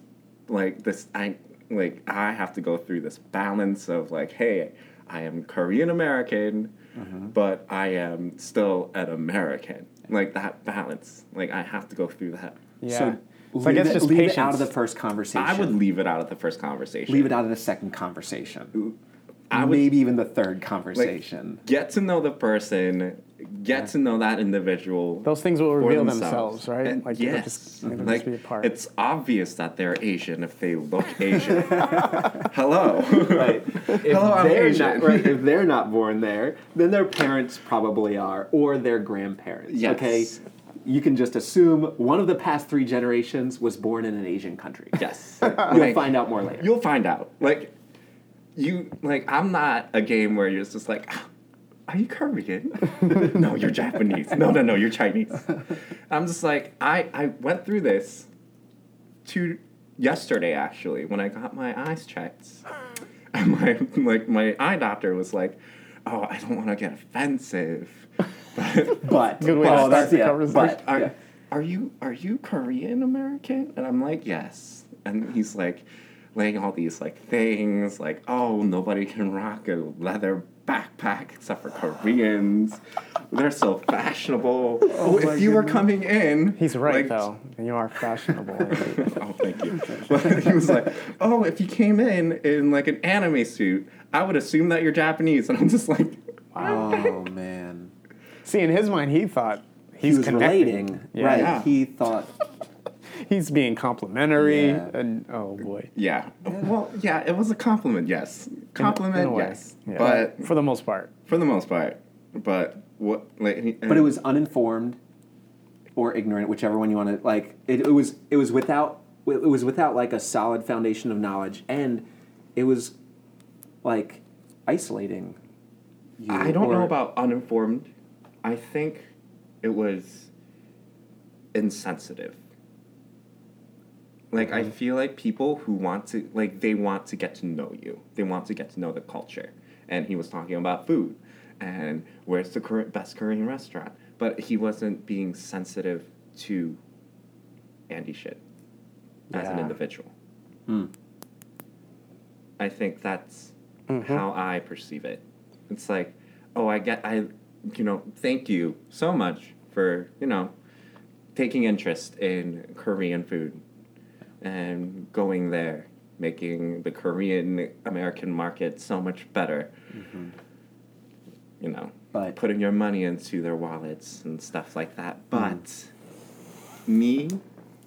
[SPEAKER 3] like this. I like I have to go through this balance of like, hey, I am Korean American, but I am still an American. Like that balance. Like I have to go through that.
[SPEAKER 1] Yeah.
[SPEAKER 2] So,
[SPEAKER 1] So I
[SPEAKER 2] leave
[SPEAKER 1] guess
[SPEAKER 2] it-
[SPEAKER 1] just
[SPEAKER 2] leave
[SPEAKER 1] patience.
[SPEAKER 2] it out of the first conversation.
[SPEAKER 3] I would leave it out of the first conversation.
[SPEAKER 2] leave it out of the second conversation.
[SPEAKER 3] I would-
[SPEAKER 2] Maybe even the third conversation.
[SPEAKER 3] Get to know the person. Get to know that individual.
[SPEAKER 1] Those things will
[SPEAKER 3] for
[SPEAKER 1] reveal themselves, right?
[SPEAKER 3] And
[SPEAKER 1] Like, it'll
[SPEAKER 3] yes,
[SPEAKER 1] just- it'll just
[SPEAKER 3] like
[SPEAKER 1] be a part.
[SPEAKER 3] it's obvious that they're Asian if
[SPEAKER 1] [laughs]
[SPEAKER 3] they look Asian. Hello, [laughs]
[SPEAKER 2] right. [laughs] If
[SPEAKER 3] Hello, I'm
[SPEAKER 2] they're
[SPEAKER 3] Asian.
[SPEAKER 2] Not, [laughs] right. If they're not born there, then their parents probably are, or their grandparents.
[SPEAKER 3] Yes.
[SPEAKER 2] Okay. You can just assume one of the past three generations was born in an Asian country.
[SPEAKER 3] yes.
[SPEAKER 2] [laughs] You'll
[SPEAKER 3] Like,
[SPEAKER 2] find out more later.
[SPEAKER 3] You'll find out. Like you like I'm not a game where you're just like "Ah, are you Korean? no, you're Japanese. No, no, no, you're Chinese. I'm just like I I went through this two yesterday actually when I got my eyes checked. And my like my eye doctor was like, "Oh, I don't want to get offensive." But
[SPEAKER 2] But
[SPEAKER 1] Good way to
[SPEAKER 2] but-
[SPEAKER 1] start
[SPEAKER 2] that's-
[SPEAKER 1] the
[SPEAKER 2] yeah,
[SPEAKER 1] conversation.
[SPEAKER 2] but-
[SPEAKER 3] are,
[SPEAKER 2] yeah.
[SPEAKER 3] are you are you Korean American? And I'm like, yes. And he's like, laying all these like things, like, oh, nobody can rock a leather backpack except for Koreans. They're so fashionable. Oh, if you were coming in,
[SPEAKER 1] He's right
[SPEAKER 3] like,
[SPEAKER 1] though, and you are fashionable.
[SPEAKER 3] [laughs]
[SPEAKER 2] [laughs]
[SPEAKER 3] oh, thank you. But he was like, oh, if you came in in like an anime suit, I would assume that you're Japanese. And I'm just like,
[SPEAKER 2] Oh man.
[SPEAKER 1] See, in his mind, he thought he's
[SPEAKER 2] He was
[SPEAKER 1] connecting.
[SPEAKER 2] relating,
[SPEAKER 1] Yeah.
[SPEAKER 2] right?
[SPEAKER 3] Yeah.
[SPEAKER 2] He thought
[SPEAKER 1] He's being complimentary,
[SPEAKER 2] Yeah.
[SPEAKER 1] and oh boy,
[SPEAKER 3] yeah. Well, yeah, it was a compliment, yes. Compliment,
[SPEAKER 1] In a way.
[SPEAKER 3] yes.
[SPEAKER 1] Yeah.
[SPEAKER 3] But
[SPEAKER 1] for the most part,
[SPEAKER 3] for the most part. But what? Like, and-
[SPEAKER 2] but it was uninformed or ignorant, whichever one you want to like. It, it was it was without it was without like a solid foundation of knowledge, and it was like isolating. You
[SPEAKER 3] I don't
[SPEAKER 2] or-
[SPEAKER 3] know about uninformed. I think it was insensitive. Like I feel like people who want to like they want to get to know you. They want to get to know the culture. And he was talking about food and where's the Kor- best Korean restaurant. But he wasn't being sensitive to Andy shit as an
[SPEAKER 1] Yeah.
[SPEAKER 3] individual. I think that's how I perceive it. It's like, oh, I get, I, you know, thank you so much for, you know, taking interest in Korean food and going there, making the Korean American market so much better. You know,
[SPEAKER 2] But-
[SPEAKER 3] putting your money into their wallets and stuff like that. But me,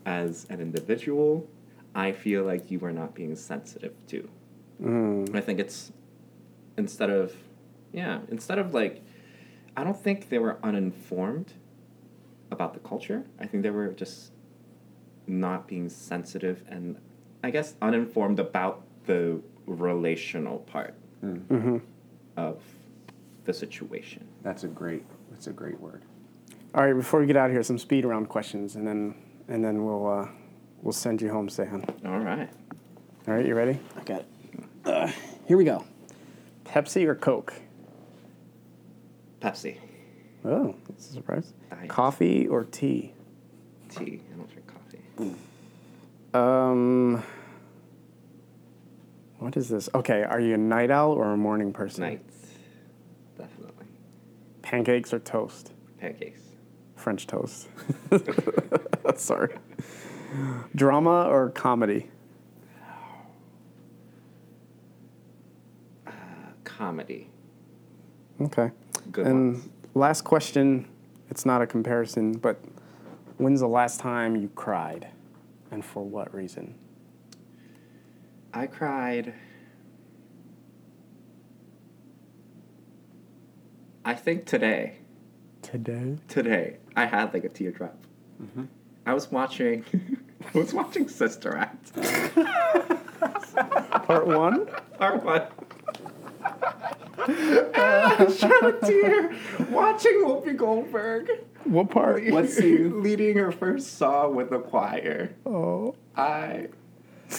[SPEAKER 3] as an individual, I feel like you were not being sensitive to. I think it's instead of, yeah, instead of like, I don't think they were uninformed about the culture. I think they were just not being sensitive and I guess uninformed about the relational part of the situation.
[SPEAKER 2] That's a great. That's a great word.
[SPEAKER 1] all right. Before we get out of here, some speed round questions, and then and then we'll uh, we'll send you home, Stan.
[SPEAKER 3] All right.
[SPEAKER 1] All right, you ready?
[SPEAKER 4] I got it. Uh, here we go.
[SPEAKER 1] Pepsi or Coke?
[SPEAKER 3] Pepsi,
[SPEAKER 1] Oh, that's a surprise.
[SPEAKER 3] Diet.
[SPEAKER 1] Coffee or tea?
[SPEAKER 3] tea. I don't drink coffee.
[SPEAKER 1] Um, what is this? Okay, are you a night owl or a morning person?
[SPEAKER 3] Nights, definitely.
[SPEAKER 1] Pancakes or toast?
[SPEAKER 3] Pancakes.
[SPEAKER 1] French toast. [laughs] Sorry. Drama or comedy?
[SPEAKER 3] comedy.
[SPEAKER 1] Okay.
[SPEAKER 3] Good
[SPEAKER 1] and
[SPEAKER 3] ones.
[SPEAKER 1] last question. It's not a comparison, but when's the last time you cried, and for what reason?
[SPEAKER 3] I cried. I think today.
[SPEAKER 1] Today.
[SPEAKER 3] Today, I had like a teardrop. I was watching. [laughs] I was watching Sister Act. [laughs]
[SPEAKER 1] Part one.
[SPEAKER 3] Part one. [laughs] I shed a tear watching Whoopi Goldberg
[SPEAKER 1] what part?
[SPEAKER 2] What
[SPEAKER 3] [laughs]
[SPEAKER 2] scene?
[SPEAKER 3] leading her first song with the choir.
[SPEAKER 1] Oh.
[SPEAKER 3] I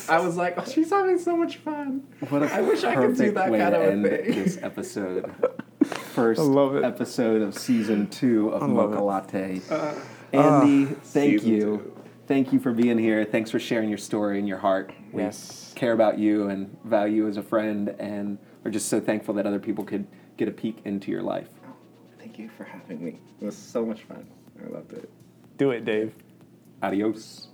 [SPEAKER 3] I was like, oh, she's having so much fun.
[SPEAKER 2] What a
[SPEAKER 3] I wish I could do
[SPEAKER 2] perfect
[SPEAKER 3] that
[SPEAKER 2] way
[SPEAKER 3] kind
[SPEAKER 2] to
[SPEAKER 3] of a
[SPEAKER 2] end
[SPEAKER 3] thing.
[SPEAKER 2] This episode, first
[SPEAKER 1] love it.
[SPEAKER 2] episode of season two of
[SPEAKER 1] love
[SPEAKER 2] Mocha
[SPEAKER 1] it. Ah.
[SPEAKER 2] Latte.
[SPEAKER 3] Uh,
[SPEAKER 2] Andy, thank
[SPEAKER 3] season
[SPEAKER 2] you,
[SPEAKER 3] two.
[SPEAKER 2] thank you for being here. Thanks for sharing your story and your heart. We
[SPEAKER 1] Yes.
[SPEAKER 2] care about you and value you as a friend, and are just so thankful that other people could get a peek into your life.
[SPEAKER 3] [laughs] Thank you for having me. It was so much fun. I loved it.
[SPEAKER 1] Do it, Dave.
[SPEAKER 2] Adios.